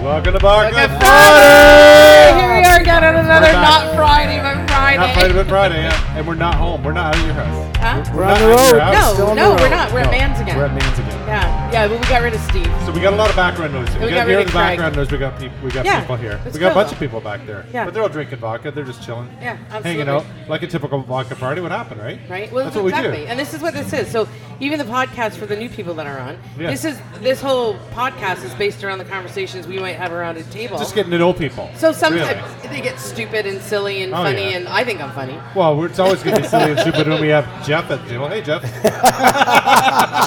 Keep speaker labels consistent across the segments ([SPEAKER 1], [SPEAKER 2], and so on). [SPEAKER 1] Welcome to Bar
[SPEAKER 2] Good
[SPEAKER 1] Club
[SPEAKER 2] Friday! Here we are again on another
[SPEAKER 1] We're back.
[SPEAKER 2] not Friday, but Friday.
[SPEAKER 1] Not Friday, but Friday, yeah. And we're not home. We're not out of your house.
[SPEAKER 2] Huh?
[SPEAKER 1] We're
[SPEAKER 3] on
[SPEAKER 1] not
[SPEAKER 3] the
[SPEAKER 1] out of your
[SPEAKER 3] road.
[SPEAKER 1] house.
[SPEAKER 2] No,
[SPEAKER 3] still on
[SPEAKER 2] no,
[SPEAKER 3] the
[SPEAKER 2] we're
[SPEAKER 3] road.
[SPEAKER 2] not. We're at Man's again.
[SPEAKER 1] We're at Man's again.
[SPEAKER 2] Yeah, yeah, but we got rid of Steve.
[SPEAKER 1] So we got a lot of background noise. We,
[SPEAKER 2] we
[SPEAKER 1] got here
[SPEAKER 2] got rid
[SPEAKER 1] in the
[SPEAKER 2] of Craig.
[SPEAKER 1] background noise. We got people. We got
[SPEAKER 2] Yeah,
[SPEAKER 1] people here.
[SPEAKER 2] it's
[SPEAKER 1] We got a
[SPEAKER 2] cool,
[SPEAKER 1] bunch of
[SPEAKER 2] though.
[SPEAKER 1] people back there.
[SPEAKER 2] Yeah.
[SPEAKER 1] But they're all drinking vodka. They're just chilling.
[SPEAKER 2] Yeah,
[SPEAKER 1] Hanging
[SPEAKER 2] absolutely.
[SPEAKER 1] out like a typical vodka party would happen, right?
[SPEAKER 2] Right? Well,
[SPEAKER 1] That's what
[SPEAKER 2] exactly.
[SPEAKER 1] we do.
[SPEAKER 2] And this is what this is. So even the podcast for the new people that are on,
[SPEAKER 1] Yeah.
[SPEAKER 2] this is this whole podcast is based around the conversations we might have around a table.
[SPEAKER 1] Just getting to know people.
[SPEAKER 2] so
[SPEAKER 1] Really.
[SPEAKER 2] sometimes they get stupid and silly and
[SPEAKER 1] Oh,
[SPEAKER 2] funny,
[SPEAKER 1] yeah.
[SPEAKER 2] and I think I'm funny.
[SPEAKER 1] Well, we're, it's always going to be silly and stupid when we have Jeff at the table. Hey, Jeff.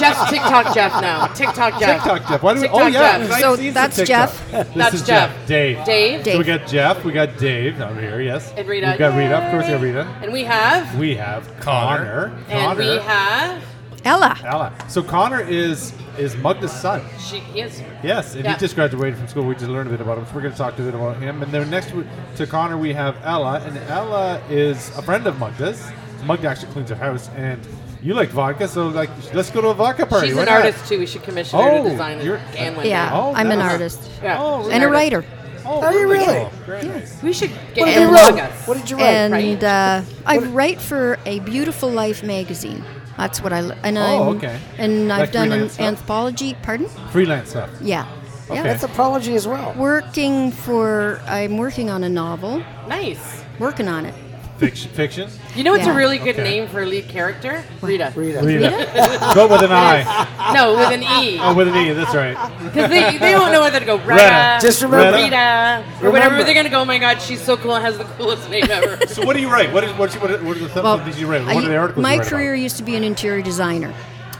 [SPEAKER 2] Jeff's TikTok Jeff now. TikTok Jeff.
[SPEAKER 1] TikTok Jeff. Why do we?
[SPEAKER 2] TikTok
[SPEAKER 1] oh yeah.
[SPEAKER 2] Jeff.
[SPEAKER 1] I've
[SPEAKER 4] So
[SPEAKER 1] seen some
[SPEAKER 4] that's
[SPEAKER 1] TikTok.
[SPEAKER 4] Jeff.
[SPEAKER 1] This
[SPEAKER 2] That's
[SPEAKER 1] is Jeff.
[SPEAKER 2] Jeff.
[SPEAKER 1] Dave.
[SPEAKER 2] Dave.
[SPEAKER 1] So we
[SPEAKER 4] Dave.
[SPEAKER 1] got Jeff. We got Dave. I'm here. Yes.
[SPEAKER 2] And Rita.
[SPEAKER 1] We've got Rita. Of course, we have Rita.
[SPEAKER 2] And we have.
[SPEAKER 1] We have Connor. Connor.
[SPEAKER 2] and we have.
[SPEAKER 4] Ella.
[SPEAKER 1] Ella. So Connor is is Mugna's son.
[SPEAKER 2] She is.
[SPEAKER 1] Yes, and
[SPEAKER 2] Yeah.
[SPEAKER 1] he just graduated from school. We just learned a bit about him, so we're going to talk a bit about him. And then next we- to Connor, we have Ella, and Ella is a friend of Mugda's. Mugda actually cleans her house, and you like vodka, so like let's go to a vodka party.
[SPEAKER 2] She's
[SPEAKER 1] Why
[SPEAKER 2] an
[SPEAKER 1] not?
[SPEAKER 2] artist too. We should commission her
[SPEAKER 1] Oh,
[SPEAKER 2] to design
[SPEAKER 1] you're-
[SPEAKER 2] it. And one
[SPEAKER 4] Yeah,
[SPEAKER 2] day.
[SPEAKER 1] Oh,
[SPEAKER 4] I'm an
[SPEAKER 1] nice.
[SPEAKER 4] artist
[SPEAKER 2] Yeah.
[SPEAKER 1] Oh,
[SPEAKER 2] she's
[SPEAKER 4] and a
[SPEAKER 2] an artist.
[SPEAKER 4] writer.
[SPEAKER 1] Oh,
[SPEAKER 3] Are you really?
[SPEAKER 1] cool. Very nice.
[SPEAKER 2] We should
[SPEAKER 3] What
[SPEAKER 2] get
[SPEAKER 3] did you
[SPEAKER 2] him
[SPEAKER 3] write?
[SPEAKER 2] blog us.
[SPEAKER 3] What did you write?
[SPEAKER 4] And
[SPEAKER 2] right.
[SPEAKER 4] uh, I write for a Beautiful Life magazine. That's what I li- and I
[SPEAKER 1] Oh, okay.
[SPEAKER 4] and
[SPEAKER 1] Like
[SPEAKER 4] I've done an
[SPEAKER 1] freelance stuff?
[SPEAKER 4] anthropology. Pardon?
[SPEAKER 1] Freelance stuff.
[SPEAKER 4] Yeah, yeah.
[SPEAKER 1] Okay.
[SPEAKER 3] That's apology as well.
[SPEAKER 4] Working for I'm working on a novel.
[SPEAKER 2] nice.
[SPEAKER 4] Working on it.
[SPEAKER 1] Fiction. Fiction.
[SPEAKER 2] You know what's a
[SPEAKER 4] Yeah.
[SPEAKER 2] really good
[SPEAKER 1] Okay.
[SPEAKER 2] name for a lead character? Rita.
[SPEAKER 3] Rita.
[SPEAKER 1] Rita. go with an I.
[SPEAKER 2] No, with an E.
[SPEAKER 1] Oh, with an E. That's right.
[SPEAKER 2] Because they, they don't know whether to go Rita,
[SPEAKER 1] Rita.
[SPEAKER 3] Just remember-
[SPEAKER 2] Rita, or whatever.
[SPEAKER 1] Remember.
[SPEAKER 2] They're going to go, oh my God, she's so cool and has the coolest name ever.
[SPEAKER 1] So what do you write? What is what's, what, are- what are the th- things you write? What
[SPEAKER 4] I-
[SPEAKER 1] are the articles?
[SPEAKER 4] my
[SPEAKER 1] you write
[SPEAKER 4] career used to be an interior designer,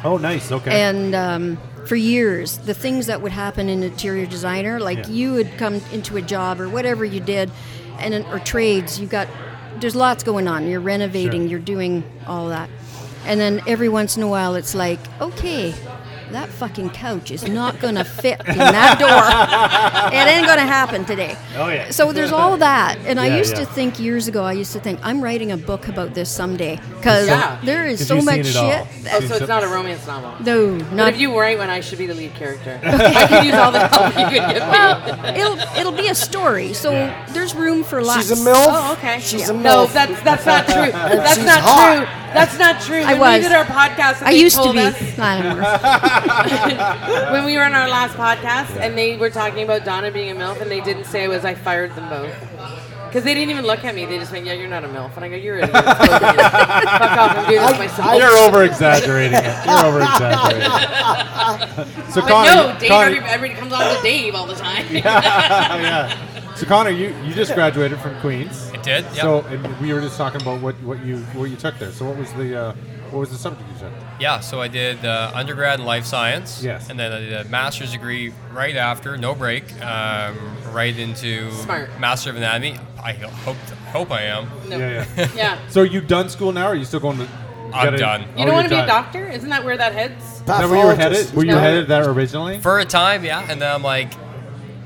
[SPEAKER 1] About? Oh, nice. Okay.
[SPEAKER 4] and um, for years, the things that would happen in interior designer, like
[SPEAKER 1] Yeah.
[SPEAKER 4] you would come into a job or whatever you did, and then- or trades, you got there's lots going on. You're renovating,
[SPEAKER 1] Sure.
[SPEAKER 4] you're doing all that, and then every once in a while, it's like, okay. That fucking couch is not gonna fit in that door. it ain't gonna happen today.
[SPEAKER 1] Oh, yeah.
[SPEAKER 4] So there's all that, and
[SPEAKER 1] Yeah,
[SPEAKER 4] I used
[SPEAKER 1] yeah.
[SPEAKER 4] to think years ago. I used to think I'm writing a book about this someday because
[SPEAKER 2] Yeah.
[SPEAKER 4] there is
[SPEAKER 1] 'Cause
[SPEAKER 4] so
[SPEAKER 1] you've seen
[SPEAKER 4] much
[SPEAKER 1] it all.
[SPEAKER 4] shit.
[SPEAKER 2] oh,
[SPEAKER 4] That,
[SPEAKER 2] so it's not a romance novel.
[SPEAKER 4] no,
[SPEAKER 2] But
[SPEAKER 4] not
[SPEAKER 2] if you write one, I should be the lead character. I could use all the help you could give me.
[SPEAKER 4] Well, it'll it'll be a story. So
[SPEAKER 1] Yeah.
[SPEAKER 4] there's room for lots.
[SPEAKER 3] She's a MILF.
[SPEAKER 2] Oh, okay.
[SPEAKER 3] She's
[SPEAKER 2] Yeah.
[SPEAKER 3] a MILF.
[SPEAKER 2] No, that's that's not true. That's
[SPEAKER 3] she's
[SPEAKER 2] not
[SPEAKER 3] hot.
[SPEAKER 2] true. That's not true.
[SPEAKER 4] I
[SPEAKER 2] when
[SPEAKER 4] was.
[SPEAKER 2] we did our podcast, and
[SPEAKER 4] I
[SPEAKER 2] they
[SPEAKER 4] used to
[SPEAKER 2] told
[SPEAKER 4] be.
[SPEAKER 2] us-
[SPEAKER 4] Not anymore.
[SPEAKER 2] when we were on our last podcast, and they were talking about Donna being a milf, and they didn't say I was. I fired them both. Because they didn't even look at me. They just went, "Yeah, you're not a milf," and I go, "You're an idiot. Fuck off and do this myself."
[SPEAKER 1] You're over exaggerating it. You're over exaggerating. so
[SPEAKER 2] but
[SPEAKER 1] Connor,
[SPEAKER 2] no,
[SPEAKER 1] you-
[SPEAKER 2] Dave.
[SPEAKER 1] Connor-
[SPEAKER 2] Everybody, everybody comes on to Dave all the time.
[SPEAKER 1] yeah. So Connor, you, you just graduated from Queens.
[SPEAKER 5] I did. Yep.
[SPEAKER 1] So and we were just talking about what, what you what you took there. So what was the uh, what was the subject you took?
[SPEAKER 5] yeah. So I did uh, undergrad in life science.
[SPEAKER 1] Yes.
[SPEAKER 5] And then I did a master's degree right after, no break, um, right into
[SPEAKER 2] Smart.
[SPEAKER 5] master of anatomy. I hope hope I am.
[SPEAKER 2] No.
[SPEAKER 1] Yeah, yeah.
[SPEAKER 2] yeah.
[SPEAKER 1] So you done school now? Or are you still going to?
[SPEAKER 5] I'm
[SPEAKER 1] get a- Oh,
[SPEAKER 5] done. You
[SPEAKER 2] You
[SPEAKER 1] you're
[SPEAKER 2] don't want to be a
[SPEAKER 1] done.
[SPEAKER 2] doctor? Isn't that where that heads?
[SPEAKER 1] Is that where you were headed?
[SPEAKER 3] Pathologist.
[SPEAKER 1] Were you
[SPEAKER 2] No.
[SPEAKER 1] headed there originally?
[SPEAKER 5] For a time, yeah. And then I'm like,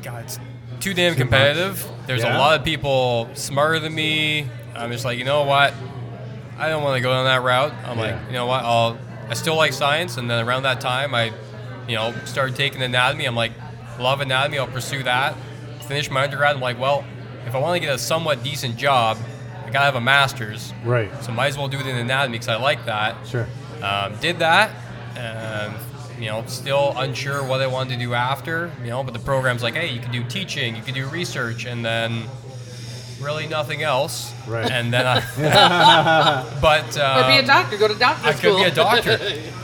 [SPEAKER 5] God, it's too damn competitive. There's
[SPEAKER 1] Yeah.
[SPEAKER 5] a lot of people smarter than me. I'm just like, you know what? I don't want to go down that route. I'm
[SPEAKER 1] Yeah.
[SPEAKER 5] like, you know what? I'll. I still like science, and then around that time, I, you know, started taking anatomy. I'm like, love anatomy. I'll pursue that. Finish my undergrad. I'm like, well, if I want to get a somewhat decent job, I gotta have a master's.
[SPEAKER 1] Right.
[SPEAKER 5] So might as well do it in anatomy because I like that.
[SPEAKER 1] Sure.
[SPEAKER 5] Um, did that. Um, you know, still unsure what I wanted to do after. You know, but the program's like, hey, you can do teaching, you can do research, and then really nothing else.
[SPEAKER 1] Right.
[SPEAKER 5] And then I, but um,
[SPEAKER 2] Or be a doctor? Go to doctor
[SPEAKER 5] I
[SPEAKER 2] school.
[SPEAKER 5] could be a doctor.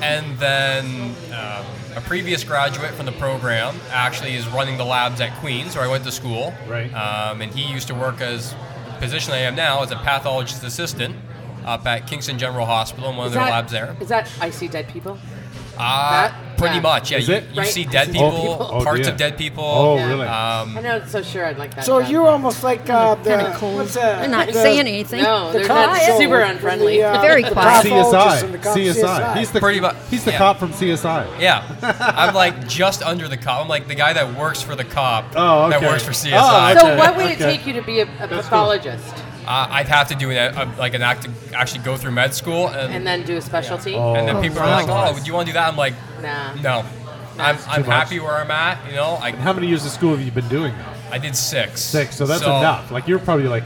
[SPEAKER 5] and then um, a previous graduate from the program actually is running the labs at Queens, where I went to school.
[SPEAKER 1] Right.
[SPEAKER 5] Um, and he used to work as the position I am now as a pathologist assistant up at Kingston General Hospital in one
[SPEAKER 2] Is
[SPEAKER 5] of their
[SPEAKER 2] that-
[SPEAKER 5] labs there.
[SPEAKER 2] Is that I see dead people?
[SPEAKER 5] Uh,
[SPEAKER 2] That-
[SPEAKER 5] pretty
[SPEAKER 2] yeah.
[SPEAKER 5] much, yeah.
[SPEAKER 1] Is
[SPEAKER 5] you
[SPEAKER 1] it?
[SPEAKER 5] you
[SPEAKER 2] Right.
[SPEAKER 5] see dead
[SPEAKER 2] Oh,
[SPEAKER 5] people,
[SPEAKER 2] people.
[SPEAKER 1] Oh,
[SPEAKER 5] parts
[SPEAKER 1] dear.
[SPEAKER 5] of dead people.
[SPEAKER 1] Oh,
[SPEAKER 2] Yeah.
[SPEAKER 1] really?
[SPEAKER 5] Um,
[SPEAKER 2] I'm not so sure. I'd like that.
[SPEAKER 3] So
[SPEAKER 2] job.
[SPEAKER 3] you're almost like uh, the
[SPEAKER 4] kind of cold.
[SPEAKER 3] What's that?
[SPEAKER 4] They're not
[SPEAKER 3] the-
[SPEAKER 4] saying anything.
[SPEAKER 2] No,
[SPEAKER 3] the
[SPEAKER 2] they're
[SPEAKER 3] cop
[SPEAKER 2] not
[SPEAKER 3] show
[SPEAKER 2] super
[SPEAKER 3] with
[SPEAKER 2] unfriendly.
[SPEAKER 3] The, uh,
[SPEAKER 4] Very
[SPEAKER 3] the
[SPEAKER 4] quiet.
[SPEAKER 3] pathologist
[SPEAKER 1] CSI.
[SPEAKER 3] and the cop
[SPEAKER 1] CSI. He's the
[SPEAKER 5] Pretty much-
[SPEAKER 1] he's the
[SPEAKER 5] yeah.
[SPEAKER 1] cop from CSI.
[SPEAKER 5] yeah, I'm like just under the cop. I'm like the guy that works for the cop
[SPEAKER 1] Oh,
[SPEAKER 5] that
[SPEAKER 1] okay.
[SPEAKER 5] works for CSI.
[SPEAKER 1] Oh,
[SPEAKER 2] So
[SPEAKER 1] Okay,
[SPEAKER 2] what would it
[SPEAKER 1] okay.
[SPEAKER 2] take you to be a, a
[SPEAKER 1] cool.
[SPEAKER 2] pathologist
[SPEAKER 5] Uh, I'd have to do an, a, like an act actually go through med school, and,
[SPEAKER 2] and then do a specialty?
[SPEAKER 1] Oh.
[SPEAKER 5] and then people are like,
[SPEAKER 4] wow.
[SPEAKER 5] "Oh, would you want to do that?" I'm like,
[SPEAKER 2] Nah.
[SPEAKER 5] "No, I'm,
[SPEAKER 2] That's
[SPEAKER 5] I'm
[SPEAKER 1] too much.
[SPEAKER 5] happy where I'm at. You know, I,
[SPEAKER 1] How many years of school have you been doing now?
[SPEAKER 5] I did six.
[SPEAKER 1] Six. So that's enough. Like you're probably like,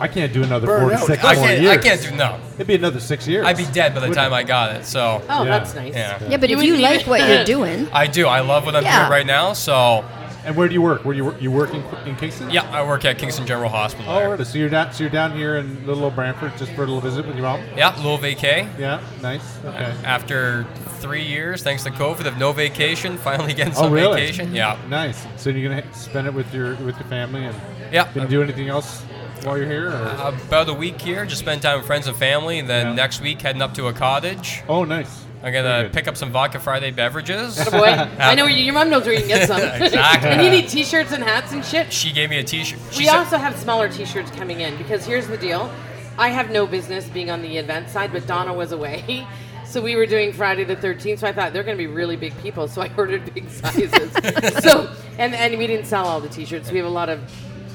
[SPEAKER 1] I can't do another
[SPEAKER 3] Burned
[SPEAKER 1] four to
[SPEAKER 3] out.
[SPEAKER 1] six
[SPEAKER 5] I
[SPEAKER 1] more
[SPEAKER 5] can't,
[SPEAKER 1] years.
[SPEAKER 5] I can't do no.
[SPEAKER 1] It'd be another six years.
[SPEAKER 5] I'd be dead by the time I got it. So
[SPEAKER 2] Oh,
[SPEAKER 1] Yeah.
[SPEAKER 2] that's nice.
[SPEAKER 5] Yeah.
[SPEAKER 4] Yeah, but
[SPEAKER 2] You
[SPEAKER 4] if you
[SPEAKER 2] wouldn't
[SPEAKER 4] like
[SPEAKER 2] even-
[SPEAKER 4] what you're doing,
[SPEAKER 5] I do. I love what I'm
[SPEAKER 4] Yeah.
[SPEAKER 5] doing right now. So
[SPEAKER 1] And where do you work? Where do you work? You work in, in Kingston?
[SPEAKER 5] yeah, I work at Kingston General Hospital.
[SPEAKER 1] Oh,
[SPEAKER 5] there.
[SPEAKER 1] right. So you're down. So you're down here in little old Brantford just for a little visit with your mom.
[SPEAKER 5] Yeah, little vacay.
[SPEAKER 1] Yeah. Nice. Okay.
[SPEAKER 5] Uh, After three years, thanks to COVID, of no vacation, finally getting
[SPEAKER 1] Oh,
[SPEAKER 5] some
[SPEAKER 1] really?
[SPEAKER 5] vacation. Yeah.
[SPEAKER 1] Nice. So you're gonna ha- spend it with your with your family and
[SPEAKER 5] Yeah.
[SPEAKER 1] gonna do anything else while you're here? Or?
[SPEAKER 5] About a week here, just spend time with friends and family, and then
[SPEAKER 1] Yeah.
[SPEAKER 5] next week heading up to a cottage.
[SPEAKER 1] oh, nice.
[SPEAKER 5] I'm
[SPEAKER 1] Very
[SPEAKER 5] gonna
[SPEAKER 1] good.
[SPEAKER 5] pick up some vodka Friday beverages.
[SPEAKER 2] Boy, I know where you, your mom knows where you can get some.
[SPEAKER 5] Exactly.
[SPEAKER 2] and you need t-shirts and hats and shit.
[SPEAKER 5] She gave me a T-shirt. She
[SPEAKER 2] we
[SPEAKER 5] said-
[SPEAKER 2] also have smaller t-shirts coming in because here's the deal i have no business being on the event side but donna was away so we were doing friday the 13th so i thought they're going to be really big people so i ordered big sizes so and, and we didn't sell all the t-shirts we have a lot of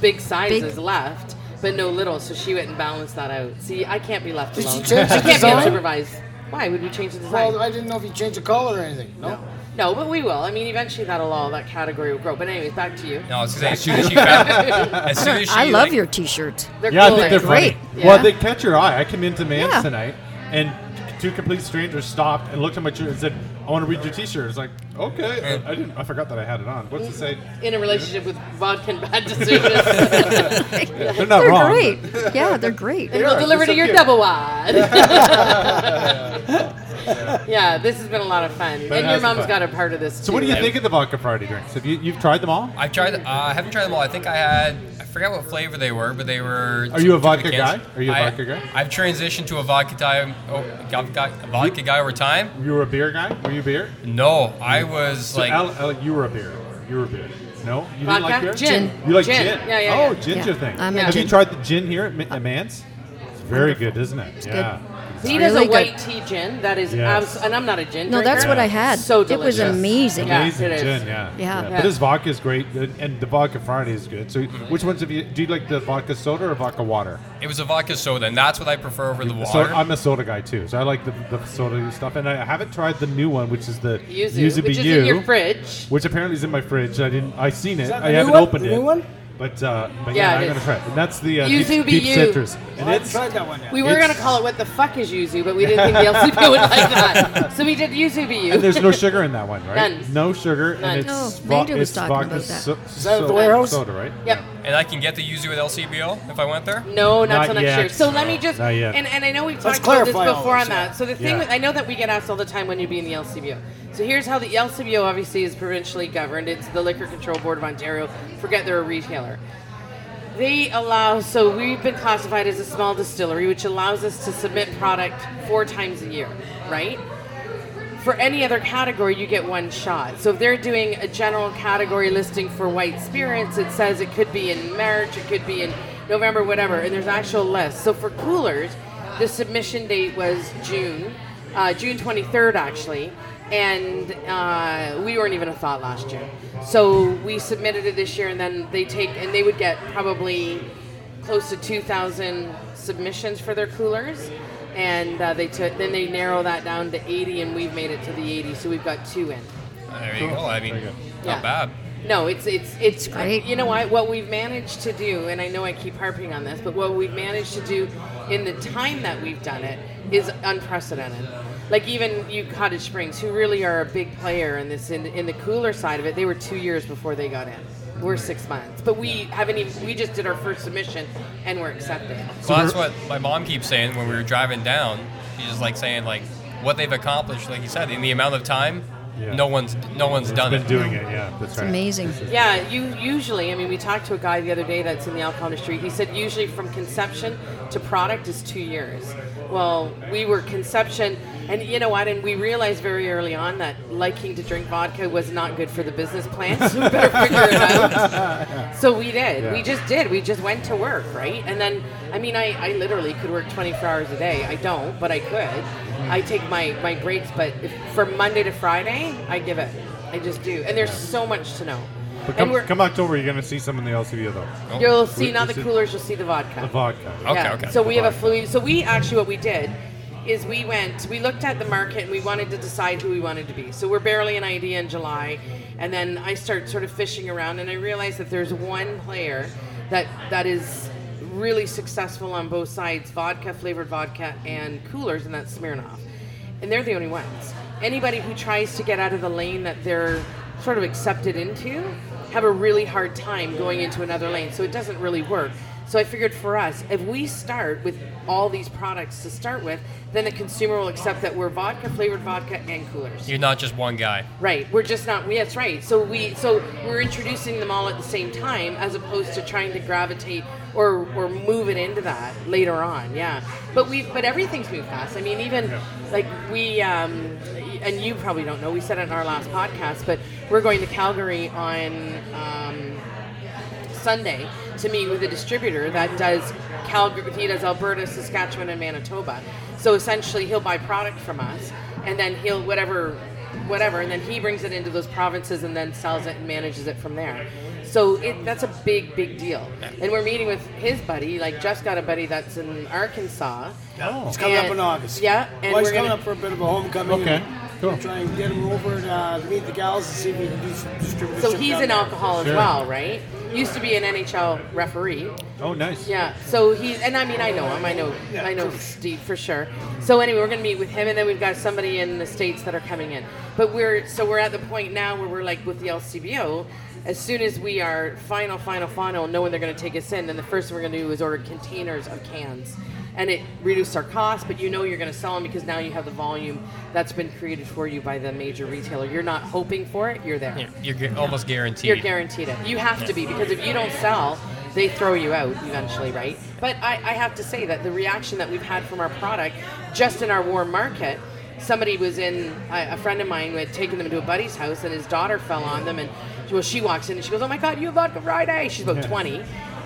[SPEAKER 2] big sizes
[SPEAKER 4] Big.
[SPEAKER 2] left but no little so she went and balanced that out see i can't be left
[SPEAKER 3] Did
[SPEAKER 2] alone
[SPEAKER 3] she change the
[SPEAKER 2] i can't be
[SPEAKER 3] design?
[SPEAKER 2] unsupervised why would we change the design
[SPEAKER 3] Well, I didn't know if you changed the color or anything. No.
[SPEAKER 2] no but we will i mean eventually that'll all that category will grow but anyways back to you
[SPEAKER 5] No, it's 'cause as soon as she found, as soon as she,
[SPEAKER 4] I love
[SPEAKER 5] like-
[SPEAKER 4] your T-shirts.
[SPEAKER 2] they're
[SPEAKER 1] Yeah, I
[SPEAKER 2] cool.
[SPEAKER 1] think they're
[SPEAKER 4] Great.
[SPEAKER 1] funny.
[SPEAKER 2] Yeah.
[SPEAKER 1] Well, they catch your eye. I came into Mans
[SPEAKER 4] Yeah.
[SPEAKER 1] tonight, and two complete strangers stopped and looked at my shirt and said, "I want to read your T-shirt." It's like, okay, I, I didn't. I forgot that I had it on. What's it say?
[SPEAKER 2] in a relationship with vodka and bad decisions.
[SPEAKER 1] They're not
[SPEAKER 4] they're
[SPEAKER 1] wrong.
[SPEAKER 4] great. Yeah, they're great.
[SPEAKER 2] and we'll
[SPEAKER 1] are,
[SPEAKER 2] deliver
[SPEAKER 1] they're
[SPEAKER 2] to
[SPEAKER 1] so
[SPEAKER 2] your
[SPEAKER 1] cute.
[SPEAKER 2] double wide. yeah, this has been a lot of fun.
[SPEAKER 1] But it
[SPEAKER 2] and your
[SPEAKER 1] has been
[SPEAKER 2] mom's
[SPEAKER 1] fun.
[SPEAKER 2] got a part of this
[SPEAKER 1] So, what do
[SPEAKER 2] too,
[SPEAKER 1] you
[SPEAKER 2] right?
[SPEAKER 1] think of the vodka Friday drinks? Have you you've tried them all?
[SPEAKER 5] I've tried. Uh, I haven't tried them all. I think I had. I forgot what flavor they were, but they were.
[SPEAKER 1] Are you a
[SPEAKER 5] two
[SPEAKER 1] vodka
[SPEAKER 5] cans.
[SPEAKER 1] guy? Are you a
[SPEAKER 5] I-
[SPEAKER 1] vodka guy?
[SPEAKER 5] I've transitioned to a vodka time. Oh, got, got a vodka guy over time.
[SPEAKER 1] You were a beer guy. Were you beer?
[SPEAKER 5] No, I was
[SPEAKER 1] So
[SPEAKER 5] like.
[SPEAKER 1] Al, Al, you were a beer. You were a beer. No, you didn't
[SPEAKER 2] Vodka?
[SPEAKER 1] like beer.
[SPEAKER 2] Gin.
[SPEAKER 1] You like gin?
[SPEAKER 2] Gin. Yeah, yeah,
[SPEAKER 1] Oh,
[SPEAKER 2] yeah.
[SPEAKER 1] gin's
[SPEAKER 4] Yeah.
[SPEAKER 1] your thing.
[SPEAKER 4] I'm a
[SPEAKER 1] Have
[SPEAKER 4] gin.
[SPEAKER 1] you tried the gin here at, Ma- at Mans? It's very good, isn't it?
[SPEAKER 4] good.
[SPEAKER 1] yeah.
[SPEAKER 2] He does
[SPEAKER 4] Really
[SPEAKER 2] a white tea gin that is,
[SPEAKER 1] Yes.
[SPEAKER 2] abs- and I'm not a gin.
[SPEAKER 4] No, that's
[SPEAKER 2] drinker.
[SPEAKER 4] what I had.
[SPEAKER 2] So
[SPEAKER 4] it was
[SPEAKER 2] delicious.
[SPEAKER 4] amazing.
[SPEAKER 2] Yeah,
[SPEAKER 1] Amazing
[SPEAKER 2] it is.
[SPEAKER 1] gin, yeah.
[SPEAKER 4] Yeah.
[SPEAKER 1] But
[SPEAKER 4] Yeah.
[SPEAKER 1] this vodka is great, and- and the vodka Friday is good. So, which ones have you? Do you like the vodka soda or vodka water?
[SPEAKER 5] It was a vodka soda, and that's what I prefer over the water.
[SPEAKER 1] So I'm a soda guy too. So I like the, the soda stuff, and I haven't tried the new one, which is the
[SPEAKER 2] Yuzu,
[SPEAKER 1] Yuzu
[SPEAKER 2] which
[SPEAKER 1] Be
[SPEAKER 2] is
[SPEAKER 1] You,
[SPEAKER 2] in your fridge.
[SPEAKER 1] which apparently is in my fridge. I didn't. I seen it.
[SPEAKER 3] that the
[SPEAKER 1] I
[SPEAKER 3] new
[SPEAKER 1] haven't
[SPEAKER 3] one?
[SPEAKER 1] opened
[SPEAKER 3] The
[SPEAKER 1] it.
[SPEAKER 3] new one?
[SPEAKER 1] But uh, but
[SPEAKER 2] Yeah,
[SPEAKER 1] yeah,
[SPEAKER 2] it
[SPEAKER 1] I'm gonna
[SPEAKER 2] is.
[SPEAKER 1] try it. And that's the uh,
[SPEAKER 2] Yuzu
[SPEAKER 1] deep,
[SPEAKER 2] Be
[SPEAKER 1] deep
[SPEAKER 2] You.
[SPEAKER 1] citrus, and
[SPEAKER 3] I haven't
[SPEAKER 1] it's
[SPEAKER 3] tried that one yet.
[SPEAKER 2] We were
[SPEAKER 1] It's-
[SPEAKER 2] gonna call it "What the fuck is yuzu," but we didn't think the LCP would like that. So we did yuzu be
[SPEAKER 1] and
[SPEAKER 2] you.
[SPEAKER 1] there's no sugar in that one, right?
[SPEAKER 2] None.
[SPEAKER 1] No sugar,
[SPEAKER 2] None.
[SPEAKER 1] and it's,
[SPEAKER 4] No,
[SPEAKER 1] vo-
[SPEAKER 4] Vader Oh, was
[SPEAKER 1] it's
[SPEAKER 4] talking
[SPEAKER 1] vodka
[SPEAKER 4] about that.
[SPEAKER 1] So-
[SPEAKER 3] Is that at the
[SPEAKER 1] so-
[SPEAKER 3] warehouse?
[SPEAKER 1] soda, right?
[SPEAKER 2] Yep.
[SPEAKER 5] and I can get the Yuzu with LCBO if I went there.
[SPEAKER 2] No, not,
[SPEAKER 1] Not
[SPEAKER 2] till next
[SPEAKER 1] yet.
[SPEAKER 2] year. So let me just
[SPEAKER 1] Not yet.
[SPEAKER 2] and, and I know we've
[SPEAKER 3] Let's
[SPEAKER 2] talked about this
[SPEAKER 3] clarify all
[SPEAKER 2] before
[SPEAKER 3] this,
[SPEAKER 2] on that. So the thing
[SPEAKER 1] Yeah.
[SPEAKER 2] with, I know that we get asked all the time when you'd be in the LCBO. So here's how the LCBO obviously is provincially governed. It's the Liquor Control Board of Ontario. Forget they're a retailer. They allow so we've been classified as a small distillery, which allows us to submit product four times a year, right? for any other category, you get one shot. So if they're doing a general category listing for white spirits, it says it could be in March, it could be in November, whatever, and there's actual lists. So for coolers, the submission date was June, uh, June 23rd actually, and uh, we weren't even a thought last year. So we submitted it this year, and then they take and they would get probably close to 2,000 submissions for their coolers, and uh, they took then they narrow that down to 80, and we've made it to the 80, so we've got two in.
[SPEAKER 5] There you go. I mean,
[SPEAKER 1] Very good.
[SPEAKER 2] Yeah.
[SPEAKER 5] not bad.
[SPEAKER 2] No, it's it's it's
[SPEAKER 4] great.
[SPEAKER 2] You know what? What we've managed to do, and I know I keep harping on this, but what we've managed to do in the time that we've done it is unprecedented. Like even you Cottage Springs, who really are a big player in this in, in the cooler side of it, they were two years before they got in. We're six months, but we haven't even. We just did our first submission, and we're accepted.
[SPEAKER 5] Well, that's what my mom keeps saying when we were driving down. She's just like saying like what they've accomplished, like you said, in the amount of time.
[SPEAKER 1] Yeah.
[SPEAKER 5] No one's no one's
[SPEAKER 1] It's
[SPEAKER 5] done
[SPEAKER 1] been
[SPEAKER 5] it.
[SPEAKER 1] doing it. Yeah, that's right.
[SPEAKER 4] amazing.
[SPEAKER 1] This is-
[SPEAKER 2] Yeah, you usually. I mean, we talked to a guy the other day that's in the alcohol industry. He said usually from conception to product is two years. Well, we were conception, and you know what? And we realized very early on that liking to drink vodka was not good for the business plan. So we better figure it out. So we did.
[SPEAKER 1] Yeah.
[SPEAKER 2] We just did. We just went to work, right? And then, I mean, I, I literally could work 24 hours a day. I don't, but I could. I take my, my breaks, but if, from Monday to Friday, I give it. I just do. And there's so much to know.
[SPEAKER 1] But
[SPEAKER 2] and
[SPEAKER 1] come,
[SPEAKER 2] we're,
[SPEAKER 1] come October, you're gonna see some in the LCBO though.
[SPEAKER 2] You'll see
[SPEAKER 1] We-
[SPEAKER 2] not
[SPEAKER 1] we
[SPEAKER 2] the
[SPEAKER 1] should-
[SPEAKER 2] coolers, you'll see the vodka.
[SPEAKER 1] The vodka.
[SPEAKER 5] Okay, okay.
[SPEAKER 2] So we have a
[SPEAKER 1] vodka.
[SPEAKER 2] flu. So we actually what we did is we went, we looked at the market and we wanted to decide who we wanted to be. So we're barely an idea in July. And then I start sort of fishing around and I realize that there's one player that that is really successful on both sides vodka, flavored vodka, and coolers, and that's Smirnoff. And they're the only ones. Anybody who tries to get out of the lane that they're sort of accepted into have a really hard time going into another lane. So it doesn't really work. So I figured for us, if we start with all these products to start with, then the consumer will accept that we're vodka, flavored vodka, and coolers.
[SPEAKER 5] You're not just one guy.
[SPEAKER 2] Right. We're just not. We, that's right. So we so we're introducing them all at the same time, as opposed to trying to gravitate or or move it into that later on. Yeah. But we but everything's moved fast. I mean, even like we um, and you probably don't know. We said it in our last podcast, but we're going to Calgary on. Um, Sunday to meet with a distributor that does Calgary, he does Alberta, Saskatchewan, and Manitoba. So essentially, he'll buy product from us, and then he'll whatever, whatever, and then he brings it into those provinces and then sells it and manages it from there. So it, that's a big, big deal. And we're meeting with his buddy. Like Jeff's got a buddy that's in Arkansas.
[SPEAKER 1] Oh.
[SPEAKER 3] It's coming up
[SPEAKER 2] And-
[SPEAKER 3] in August.
[SPEAKER 2] yeah, and
[SPEAKER 3] Mike's
[SPEAKER 2] we're gonna-
[SPEAKER 3] coming up for a bit of a homecoming.
[SPEAKER 1] Okay,
[SPEAKER 3] and
[SPEAKER 1] cool.
[SPEAKER 3] Try and get him over and uh, meet the gals and see if we can do some distribution.
[SPEAKER 2] So he's an alcohol as
[SPEAKER 1] Sure.
[SPEAKER 2] well, right? Used to be an NHL referee.
[SPEAKER 1] Oh, nice.
[SPEAKER 2] Yeah. So he and I mean I know him. I know I know Steve for sure. So anyway, we're gonna meet with him, and then we've got somebody in the states that are coming in. But we're so we're at the point now where we're like with the LCBO. As soon as we are final, final, final, knowing they're gonna take us in, then the first thing we're gonna do is order containers of cans. And it reduced our cost, but you know you're going to sell them because now you have the volume that's been created for you by the major retailer. You're not hoping for it; you're there.
[SPEAKER 5] You're gu- almost guaranteed.
[SPEAKER 2] You're guaranteed it. You have to be because if you don't sell, they throw you out eventually, right? But I, I have to say that the reaction that we've had from our product, just in our warm market, somebody was in a, a friend of mine who had taken them to a buddy's house and his daughter fell on them and well she walks in and she goes oh my god you have vodka friday she's about 20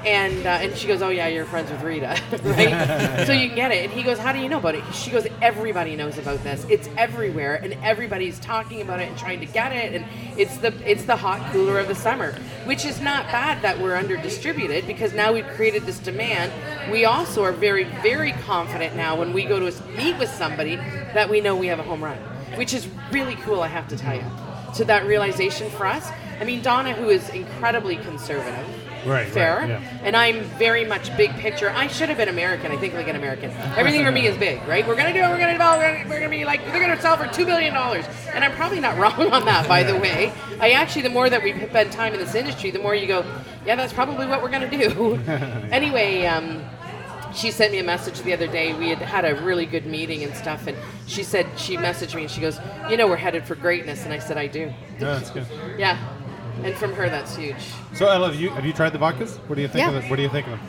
[SPEAKER 2] and uh, and she goes oh yeah you're friends with rita right so you can get it and he goes how do you know about it she goes everybody knows about this it's everywhere and everybody's talking about it and trying to get it and it's the it's the hot cooler of the summer which is not bad that we're under distributed because now we've created this demand we also are very very confident now when we go to s- meet with somebody that we know we have a home run which is really cool i have to tell you to that realization for us i mean donna who is incredibly conservative
[SPEAKER 1] Right, right,
[SPEAKER 2] fair
[SPEAKER 1] yeah.
[SPEAKER 2] and I'm very much big picture. I should have been American. I think like an American. Everything for me is big, right? We're gonna do it. We're gonna develop. We're gonna, we're gonna be like they're gonna sell for two billion dollars. And I'm probably not wrong on that, by the way. I actually, the more that we spend time in this industry, the more you go, yeah, that's probably what we're gonna do. anyway. Um, she sent me a message the other day. We had had a really good meeting and stuff, and she said she messaged me and she goes, "You know, we're headed for greatness." And I said, "I do."
[SPEAKER 1] No, that's good.
[SPEAKER 2] Yeah, and from her, that's huge.
[SPEAKER 1] So, Ella, have you have you tried the vodkas? What do you think
[SPEAKER 4] Yeah.
[SPEAKER 1] of it? What do you think of them?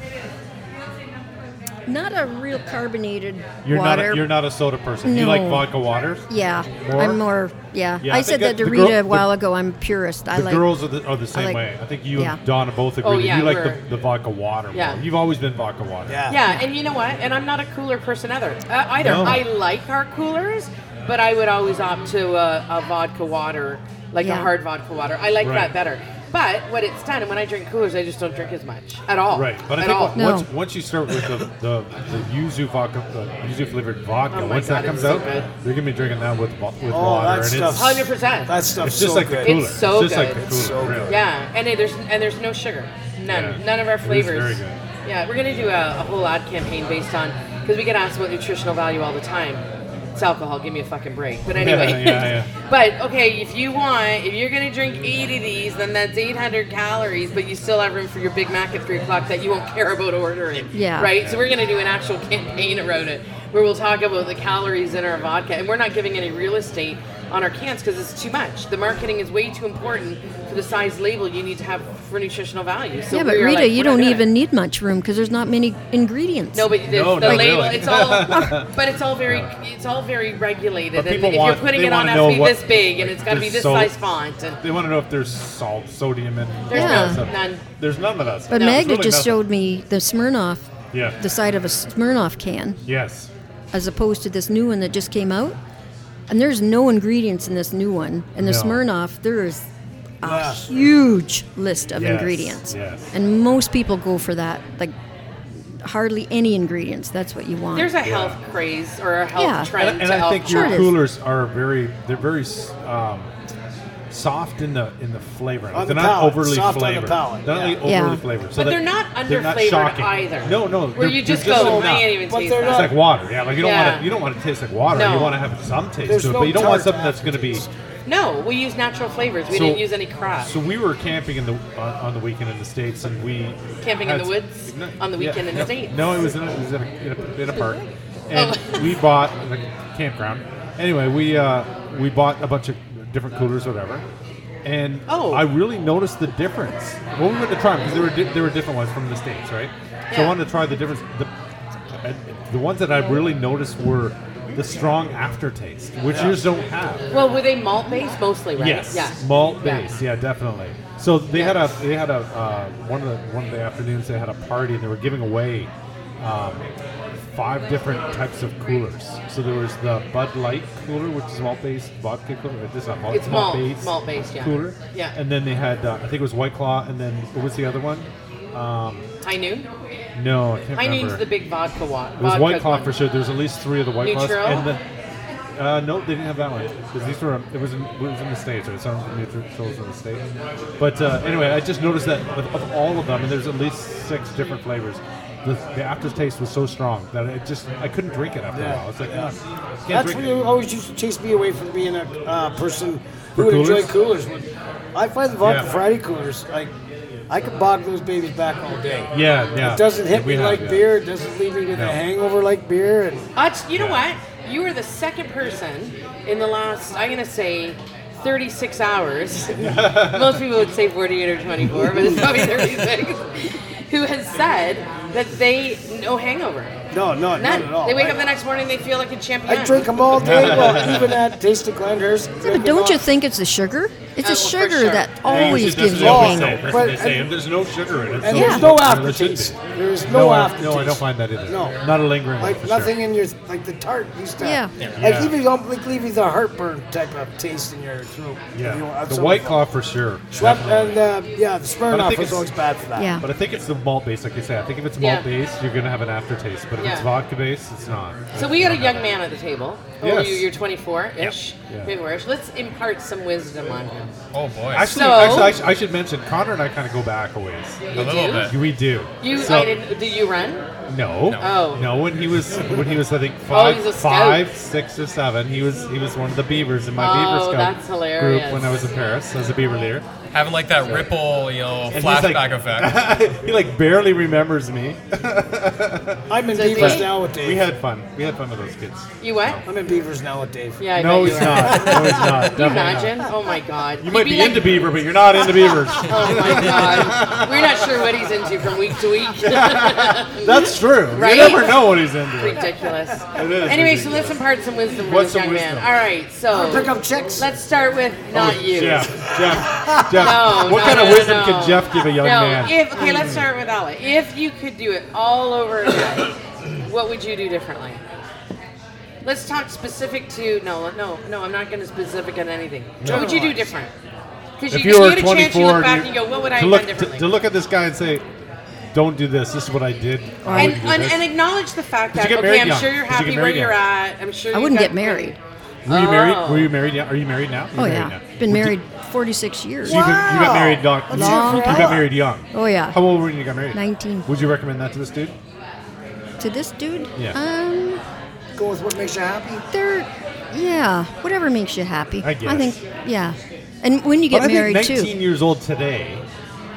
[SPEAKER 4] Not a real carbonated
[SPEAKER 1] You're
[SPEAKER 4] water.
[SPEAKER 1] not a, you're not a soda person. You
[SPEAKER 4] No.
[SPEAKER 1] like vodka waters.
[SPEAKER 4] yeah,
[SPEAKER 1] More?
[SPEAKER 4] I'm more. Yeah,
[SPEAKER 1] Yeah, I
[SPEAKER 4] I
[SPEAKER 1] think
[SPEAKER 4] said that
[SPEAKER 1] that
[SPEAKER 4] to
[SPEAKER 1] the girl-
[SPEAKER 4] Rita a
[SPEAKER 1] the-
[SPEAKER 4] while ago. I'm purist. I
[SPEAKER 1] The
[SPEAKER 4] like.
[SPEAKER 1] girls are the, are the same
[SPEAKER 4] like-
[SPEAKER 1] way. I think you
[SPEAKER 4] yeah.
[SPEAKER 1] and Donna both agree.
[SPEAKER 2] Oh,
[SPEAKER 1] that
[SPEAKER 2] yeah,
[SPEAKER 1] you like the,
[SPEAKER 2] we're-
[SPEAKER 1] the vodka water.
[SPEAKER 2] Yeah.
[SPEAKER 1] More. You've always been vodka water.
[SPEAKER 3] Yeah.
[SPEAKER 2] Yeah, and you know what? And I'm not a cooler person either. Uh, either
[SPEAKER 1] No.
[SPEAKER 2] I like our coolers, but I would always opt to uh, a, a vodka water, like a
[SPEAKER 4] Yeah.
[SPEAKER 2] hard vodka water. I like
[SPEAKER 1] Right.
[SPEAKER 2] that better. But what it's done, and when I drink coolers, I just don't drink as much at all.
[SPEAKER 1] Right, but I
[SPEAKER 2] at
[SPEAKER 1] think
[SPEAKER 2] all.
[SPEAKER 1] on- once,
[SPEAKER 4] No.
[SPEAKER 1] once you start with the, the, the yuzu vodka, the yuzu flavored vodka,
[SPEAKER 2] Oh my
[SPEAKER 1] once that
[SPEAKER 2] God,
[SPEAKER 1] comes
[SPEAKER 2] it's so
[SPEAKER 1] out,
[SPEAKER 2] good.
[SPEAKER 1] you're gonna be drinking that with wa- with
[SPEAKER 3] Oh,
[SPEAKER 1] water,
[SPEAKER 3] that
[SPEAKER 1] and
[SPEAKER 3] stuff's-
[SPEAKER 1] it's,
[SPEAKER 2] Hundred percent.
[SPEAKER 3] That stuff's
[SPEAKER 1] it's just
[SPEAKER 3] so
[SPEAKER 1] like
[SPEAKER 3] good.
[SPEAKER 1] the cooler.
[SPEAKER 2] It's so
[SPEAKER 1] just like the
[SPEAKER 2] good.
[SPEAKER 1] cooler.
[SPEAKER 3] It's so good.
[SPEAKER 1] really.
[SPEAKER 2] Yeah, and it, there's and there's no sugar, none,
[SPEAKER 1] Yeah.
[SPEAKER 2] none of our
[SPEAKER 1] It is
[SPEAKER 2] flavors.
[SPEAKER 1] very good.
[SPEAKER 2] Yeah, we're gonna do a, a whole ad campaign based on because we get asked about nutritional value all the time. It's alcohol. Give me a fucking break. But anyway.
[SPEAKER 1] yeah, yeah.
[SPEAKER 2] but okay, if you want, if you're gonna drink eight of these, then that's 800 calories, but you still have room for your Big Mac at three o'clock that you won't care about ordering.
[SPEAKER 4] Yeah.
[SPEAKER 2] Right. So we're gonna do an actual campaign around it where we'll talk about the calories in our vodka, and we're not giving any real estate on our cans because it's too much. The marketing is way too important for the size label you need to have for nutritional value. So
[SPEAKER 4] yeah, but
[SPEAKER 2] we are
[SPEAKER 4] Rita,
[SPEAKER 2] like,
[SPEAKER 4] you
[SPEAKER 2] we're not
[SPEAKER 4] don't
[SPEAKER 2] doing it.
[SPEAKER 4] even need much room because there's not many ingredients.
[SPEAKER 2] No, but the,
[SPEAKER 1] No,
[SPEAKER 2] the
[SPEAKER 1] not
[SPEAKER 2] label,
[SPEAKER 1] really.
[SPEAKER 2] it's all, but it's all very, it's all very regulated.
[SPEAKER 1] But
[SPEAKER 2] and
[SPEAKER 1] people
[SPEAKER 2] if
[SPEAKER 1] want-
[SPEAKER 2] you're putting
[SPEAKER 1] they
[SPEAKER 2] it on,
[SPEAKER 1] wanna
[SPEAKER 2] it
[SPEAKER 1] know
[SPEAKER 2] has to be
[SPEAKER 1] what-
[SPEAKER 2] this big, and it's got to be
[SPEAKER 1] there's
[SPEAKER 2] this
[SPEAKER 1] so-
[SPEAKER 2] size font. And
[SPEAKER 1] They want to know if there's salt, sodium, and
[SPEAKER 2] There's
[SPEAKER 1] all
[SPEAKER 4] none.
[SPEAKER 1] that stuff.
[SPEAKER 2] None.
[SPEAKER 1] There's none of that. Stuff.
[SPEAKER 4] But
[SPEAKER 1] There's
[SPEAKER 4] Magda
[SPEAKER 1] really
[SPEAKER 4] just
[SPEAKER 1] nothing.
[SPEAKER 4] showed me the Smirnoff,
[SPEAKER 1] Yeah.
[SPEAKER 4] the side of a Smirnoff can,
[SPEAKER 1] yes.
[SPEAKER 4] as opposed to this new one that just came out. And there's no ingredients in this new one. And the
[SPEAKER 1] No.
[SPEAKER 4] Smirnoff, there is a
[SPEAKER 3] Yeah.
[SPEAKER 4] huge list of
[SPEAKER 1] Yes,
[SPEAKER 4] ingredients.
[SPEAKER 1] yes.
[SPEAKER 4] And most people go for that. Like hardly any ingredients. That's what you want.
[SPEAKER 2] There's a health craze or a health
[SPEAKER 4] Yeah.
[SPEAKER 2] trend.
[SPEAKER 1] And, and
[SPEAKER 2] to
[SPEAKER 1] I
[SPEAKER 2] help
[SPEAKER 1] think
[SPEAKER 4] Sure
[SPEAKER 1] your
[SPEAKER 4] it is.
[SPEAKER 1] coolers are very they're very s- um, soft in the in the flavor.
[SPEAKER 3] On
[SPEAKER 1] they're
[SPEAKER 3] the
[SPEAKER 1] not
[SPEAKER 3] palate,
[SPEAKER 1] overly
[SPEAKER 3] soft on the
[SPEAKER 1] flavored.
[SPEAKER 3] palate,
[SPEAKER 1] They're not
[SPEAKER 3] yeah.
[SPEAKER 1] like overly
[SPEAKER 4] Yeah.
[SPEAKER 1] flavored. So
[SPEAKER 2] but
[SPEAKER 1] that-
[SPEAKER 2] they're not
[SPEAKER 1] they're
[SPEAKER 2] under
[SPEAKER 1] not
[SPEAKER 2] flavored
[SPEAKER 1] shocking.
[SPEAKER 2] either.
[SPEAKER 1] No, no.
[SPEAKER 2] Where
[SPEAKER 1] they're-
[SPEAKER 2] you just
[SPEAKER 1] they're
[SPEAKER 2] go, "Oh,
[SPEAKER 1] enough.
[SPEAKER 2] man, I didn't even
[SPEAKER 3] But
[SPEAKER 2] taste
[SPEAKER 3] they're
[SPEAKER 1] It's
[SPEAKER 2] that.
[SPEAKER 3] not-
[SPEAKER 1] like water. Yeah, like you don't want
[SPEAKER 2] Yeah.
[SPEAKER 1] to you don't want to taste like water.
[SPEAKER 2] No.
[SPEAKER 1] You want to have some taste
[SPEAKER 3] There's
[SPEAKER 1] to it,
[SPEAKER 3] no
[SPEAKER 1] but you don't want
[SPEAKER 3] tart
[SPEAKER 1] something
[SPEAKER 3] after
[SPEAKER 1] that's going to be.
[SPEAKER 3] taste.
[SPEAKER 2] No, we use natural flavors. We
[SPEAKER 1] So-
[SPEAKER 2] didn't use any crop.
[SPEAKER 1] So we were camping in the on, on the weekend in the states, and we
[SPEAKER 2] Camping in
[SPEAKER 1] had-
[SPEAKER 2] the woods? On the weekend in the
[SPEAKER 1] no,
[SPEAKER 2] States? Oh.
[SPEAKER 1] No, it was in a, it was in a, in a, in a park, and we bought like a campground. Anyway, we uh, we bought a bunch of different coolers, whatever. And
[SPEAKER 2] Oh.
[SPEAKER 1] I really noticed the difference. Well, we went to try them because there were di- there were different ones from the states, right? So I
[SPEAKER 2] Yeah.
[SPEAKER 1] wanted to try the difference. The, and the ones that I really noticed were the strong aftertaste, which yours don't have.
[SPEAKER 2] well, were they malt based mostly, right?
[SPEAKER 1] Yes.
[SPEAKER 2] Yeah.
[SPEAKER 1] Malt
[SPEAKER 2] Yeah.
[SPEAKER 1] base. Yeah, definitely. So they
[SPEAKER 2] Yeah.
[SPEAKER 1] had a they had a uh, one of the one of the afternoons they had a party and they were giving away um, five different types of coolers. So there was the Bud Light cooler, which is malt based vodka cooler. This is not malt.
[SPEAKER 2] It's malt-
[SPEAKER 1] based.
[SPEAKER 2] malt-based, yeah.
[SPEAKER 1] Cooler.
[SPEAKER 2] Yeah.
[SPEAKER 1] And then they had uh, I think it was White Claw and then what was the other one? Um,
[SPEAKER 2] High noon?
[SPEAKER 1] no, I can't
[SPEAKER 2] High
[SPEAKER 1] remember.
[SPEAKER 2] noon's the big vodka one.
[SPEAKER 1] It was White Claw for sure. There's at least three of the White
[SPEAKER 2] Neutral?
[SPEAKER 1] Claws. And the, uh, no, they didn't have that one. 'Cause these were, it was in, it was in the States, or it sounds like neutrals in the States. But uh, anyway, I just noticed that of, of all of them, and there's at least six different flavors, the, the aftertaste was so strong that it just, I couldn't drink it after a while. It's like, ah, can't
[SPEAKER 3] That's
[SPEAKER 1] drink
[SPEAKER 3] what
[SPEAKER 1] it.
[SPEAKER 3] you always used to chase me away from being a uh, person
[SPEAKER 1] For
[SPEAKER 3] who would enjoy
[SPEAKER 1] coolers?
[SPEAKER 3] coolers. I find the Vodka
[SPEAKER 1] Yeah.
[SPEAKER 3] Friday coolers, like, I could bog those babies back all day.
[SPEAKER 1] Yeah, yeah.
[SPEAKER 3] It doesn't hit
[SPEAKER 1] We
[SPEAKER 3] me
[SPEAKER 1] have,
[SPEAKER 3] like
[SPEAKER 1] yeah.
[SPEAKER 3] beer. It doesn't leave me with
[SPEAKER 1] No.
[SPEAKER 3] a hangover like beer. And
[SPEAKER 2] Hutch, you know
[SPEAKER 1] Yeah.
[SPEAKER 2] what? You are the second person in the last, I'm going to say, 36 hours. Most people would say 48 or 24, but it's probably 36. who has said that they no hangover.
[SPEAKER 3] no, no, not
[SPEAKER 2] None.
[SPEAKER 3] at all.
[SPEAKER 2] They wake
[SPEAKER 3] I,
[SPEAKER 2] up the next morning, they feel like a champion.
[SPEAKER 3] I drink them all day. well, even at Taste of Glenhurst.
[SPEAKER 4] but don't you think it's the sugar? It's
[SPEAKER 2] Oh,
[SPEAKER 4] the
[SPEAKER 2] for
[SPEAKER 4] sugar
[SPEAKER 2] sure.
[SPEAKER 4] that
[SPEAKER 1] Yeah,
[SPEAKER 4] always
[SPEAKER 1] that's what
[SPEAKER 4] gives
[SPEAKER 1] they
[SPEAKER 4] you
[SPEAKER 1] always
[SPEAKER 3] hangover.
[SPEAKER 1] say.
[SPEAKER 4] hangover.
[SPEAKER 1] That's what they
[SPEAKER 3] But-
[SPEAKER 1] say, and there's no sugar in it.
[SPEAKER 3] And
[SPEAKER 1] so
[SPEAKER 4] Yeah.
[SPEAKER 3] there's no
[SPEAKER 1] there should
[SPEAKER 3] aftertaste.
[SPEAKER 1] be.
[SPEAKER 3] There is no,
[SPEAKER 1] I-
[SPEAKER 3] aftertaste.
[SPEAKER 1] No, I don't find that either.
[SPEAKER 3] No.
[SPEAKER 1] Not a lingering one.
[SPEAKER 3] Like
[SPEAKER 1] for sure.
[SPEAKER 3] nothing in your like the tart used to.
[SPEAKER 4] Yeah.
[SPEAKER 3] Like
[SPEAKER 1] Yeah.
[SPEAKER 3] even don't like leave you the heartburn type of taste in your throat.
[SPEAKER 1] Yeah.
[SPEAKER 3] You know, at
[SPEAKER 1] the
[SPEAKER 3] some
[SPEAKER 1] White
[SPEAKER 3] point.
[SPEAKER 1] Claw for sure.
[SPEAKER 3] Schweppes
[SPEAKER 1] Definitely.
[SPEAKER 3] and uh, yeah, the
[SPEAKER 1] But I
[SPEAKER 3] Smirnoff
[SPEAKER 1] think
[SPEAKER 3] was
[SPEAKER 1] it's-
[SPEAKER 3] always bad for that.
[SPEAKER 4] Yeah.
[SPEAKER 1] But I think it's the malt base, like you said. I think if it's
[SPEAKER 2] Yeah.
[SPEAKER 1] malt based, you're gonna have an aftertaste. But if it's
[SPEAKER 2] Yeah.
[SPEAKER 1] vodka based, it's not.
[SPEAKER 2] So we got a young man at the table. Oh,
[SPEAKER 1] Yes.
[SPEAKER 2] you, you're 24-ish,
[SPEAKER 1] Yeah.
[SPEAKER 2] 24-ish. Let's impart some wisdom on him.
[SPEAKER 5] Oh boy.
[SPEAKER 1] Actually,
[SPEAKER 2] So-
[SPEAKER 1] actually, I, sh- I should mention Connor and I kind of go back a ways.
[SPEAKER 5] a
[SPEAKER 2] You
[SPEAKER 5] little
[SPEAKER 2] do?
[SPEAKER 5] bit.
[SPEAKER 1] We do.
[SPEAKER 2] You,
[SPEAKER 1] So-
[SPEAKER 2] I didn't, do you run?
[SPEAKER 1] No.
[SPEAKER 2] Oh.
[SPEAKER 1] No. When he was, when he was, I think five,
[SPEAKER 2] he's a scout.
[SPEAKER 1] five, six, or seven. He was, he was one of the Beavers in my
[SPEAKER 2] Oh,
[SPEAKER 1] Beaver Scout
[SPEAKER 2] that's hilarious.
[SPEAKER 1] group when I was in Paris as a Beaver leader.
[SPEAKER 5] Having like that ripple, you know,
[SPEAKER 1] And he's
[SPEAKER 5] flashback
[SPEAKER 1] like-
[SPEAKER 5] effect.
[SPEAKER 1] he like barely remembers me.
[SPEAKER 3] I'm in
[SPEAKER 2] So
[SPEAKER 3] Beavers
[SPEAKER 2] Dave-
[SPEAKER 3] now with Dave.
[SPEAKER 1] We had fun. We had fun with those kids.
[SPEAKER 2] You what?
[SPEAKER 3] I'm in Beavers now with Dave.
[SPEAKER 2] Yeah, I
[SPEAKER 1] no,
[SPEAKER 2] bet
[SPEAKER 1] he's
[SPEAKER 2] you are.
[SPEAKER 1] not. No, he's not. Definitely
[SPEAKER 2] Can you
[SPEAKER 1] not.
[SPEAKER 2] imagine? Oh my god.
[SPEAKER 1] You might be,
[SPEAKER 2] like,
[SPEAKER 1] into Beaver, but you're not into Beavers.
[SPEAKER 2] Oh my god. We're not sure what he's into from week to week.
[SPEAKER 1] That's true.
[SPEAKER 2] Right?
[SPEAKER 1] You never know what he's into.
[SPEAKER 2] ridiculous.
[SPEAKER 1] It is
[SPEAKER 2] Anyway, so
[SPEAKER 1] ridiculous.
[SPEAKER 2] let's impart some wisdom for
[SPEAKER 1] What's
[SPEAKER 2] this
[SPEAKER 1] some
[SPEAKER 2] young man.
[SPEAKER 1] wisdom? Oh,
[SPEAKER 2] All right, so
[SPEAKER 3] Pick up chicks.
[SPEAKER 2] let's start with not you.
[SPEAKER 1] Jeff, Jeff, Jeff.
[SPEAKER 2] No,
[SPEAKER 1] what
[SPEAKER 2] no,
[SPEAKER 1] kind of
[SPEAKER 2] no,
[SPEAKER 1] wisdom
[SPEAKER 2] no.
[SPEAKER 1] can Jeff give a young
[SPEAKER 2] no,
[SPEAKER 1] man?
[SPEAKER 2] If, okay, let's start with Ella. If you could do it all over again, what would you do differently? Let's talk specific to no, no, no. I'm not going to specific on anything. What would you do different? Because
[SPEAKER 1] If
[SPEAKER 2] you,
[SPEAKER 1] you
[SPEAKER 2] you
[SPEAKER 1] were
[SPEAKER 2] get a chance, you
[SPEAKER 1] 24,
[SPEAKER 2] look back
[SPEAKER 1] you-
[SPEAKER 2] and you go, "What would I
[SPEAKER 1] to
[SPEAKER 2] have
[SPEAKER 1] look
[SPEAKER 2] done
[SPEAKER 1] to,
[SPEAKER 2] differently?"
[SPEAKER 1] to look at this guy and say, "Don't do this. This is what I did." I
[SPEAKER 2] and,
[SPEAKER 1] wouldn't do
[SPEAKER 2] and,
[SPEAKER 1] this."
[SPEAKER 2] and acknowledge the fact
[SPEAKER 1] Did
[SPEAKER 2] that
[SPEAKER 1] you get
[SPEAKER 2] okay,
[SPEAKER 1] married
[SPEAKER 2] I'm
[SPEAKER 1] young?
[SPEAKER 2] sure
[SPEAKER 1] Did
[SPEAKER 2] you're
[SPEAKER 1] you get
[SPEAKER 2] happy where
[SPEAKER 1] married
[SPEAKER 2] you're
[SPEAKER 1] young?
[SPEAKER 2] at. I'm sure
[SPEAKER 4] I
[SPEAKER 2] you've
[SPEAKER 4] wouldn't
[SPEAKER 2] got-
[SPEAKER 4] get married.
[SPEAKER 1] were you
[SPEAKER 2] Oh.
[SPEAKER 1] married? Were you married? Now? Are you married now? You're
[SPEAKER 4] Oh
[SPEAKER 1] married
[SPEAKER 4] yeah,
[SPEAKER 1] now.
[SPEAKER 4] been
[SPEAKER 1] Would you-
[SPEAKER 4] married 46 years.
[SPEAKER 1] so you, got, you got
[SPEAKER 3] Wow.
[SPEAKER 1] married young.
[SPEAKER 3] Let's
[SPEAKER 1] you,
[SPEAKER 3] hear it
[SPEAKER 4] Long
[SPEAKER 3] for
[SPEAKER 4] time.
[SPEAKER 1] got
[SPEAKER 3] Ella.
[SPEAKER 1] married young.
[SPEAKER 4] Oh, yeah.
[SPEAKER 1] How old were you when you got married?
[SPEAKER 4] 19.
[SPEAKER 1] Would you recommend that to this dude?
[SPEAKER 4] To this dude,
[SPEAKER 1] Yeah.
[SPEAKER 4] um,
[SPEAKER 3] Go with what makes you happy.
[SPEAKER 4] they're, yeah, whatever makes you happy.
[SPEAKER 1] I guess.
[SPEAKER 4] think, yeah. And when you get
[SPEAKER 1] but
[SPEAKER 4] married
[SPEAKER 1] I think 19
[SPEAKER 4] too.
[SPEAKER 1] years old today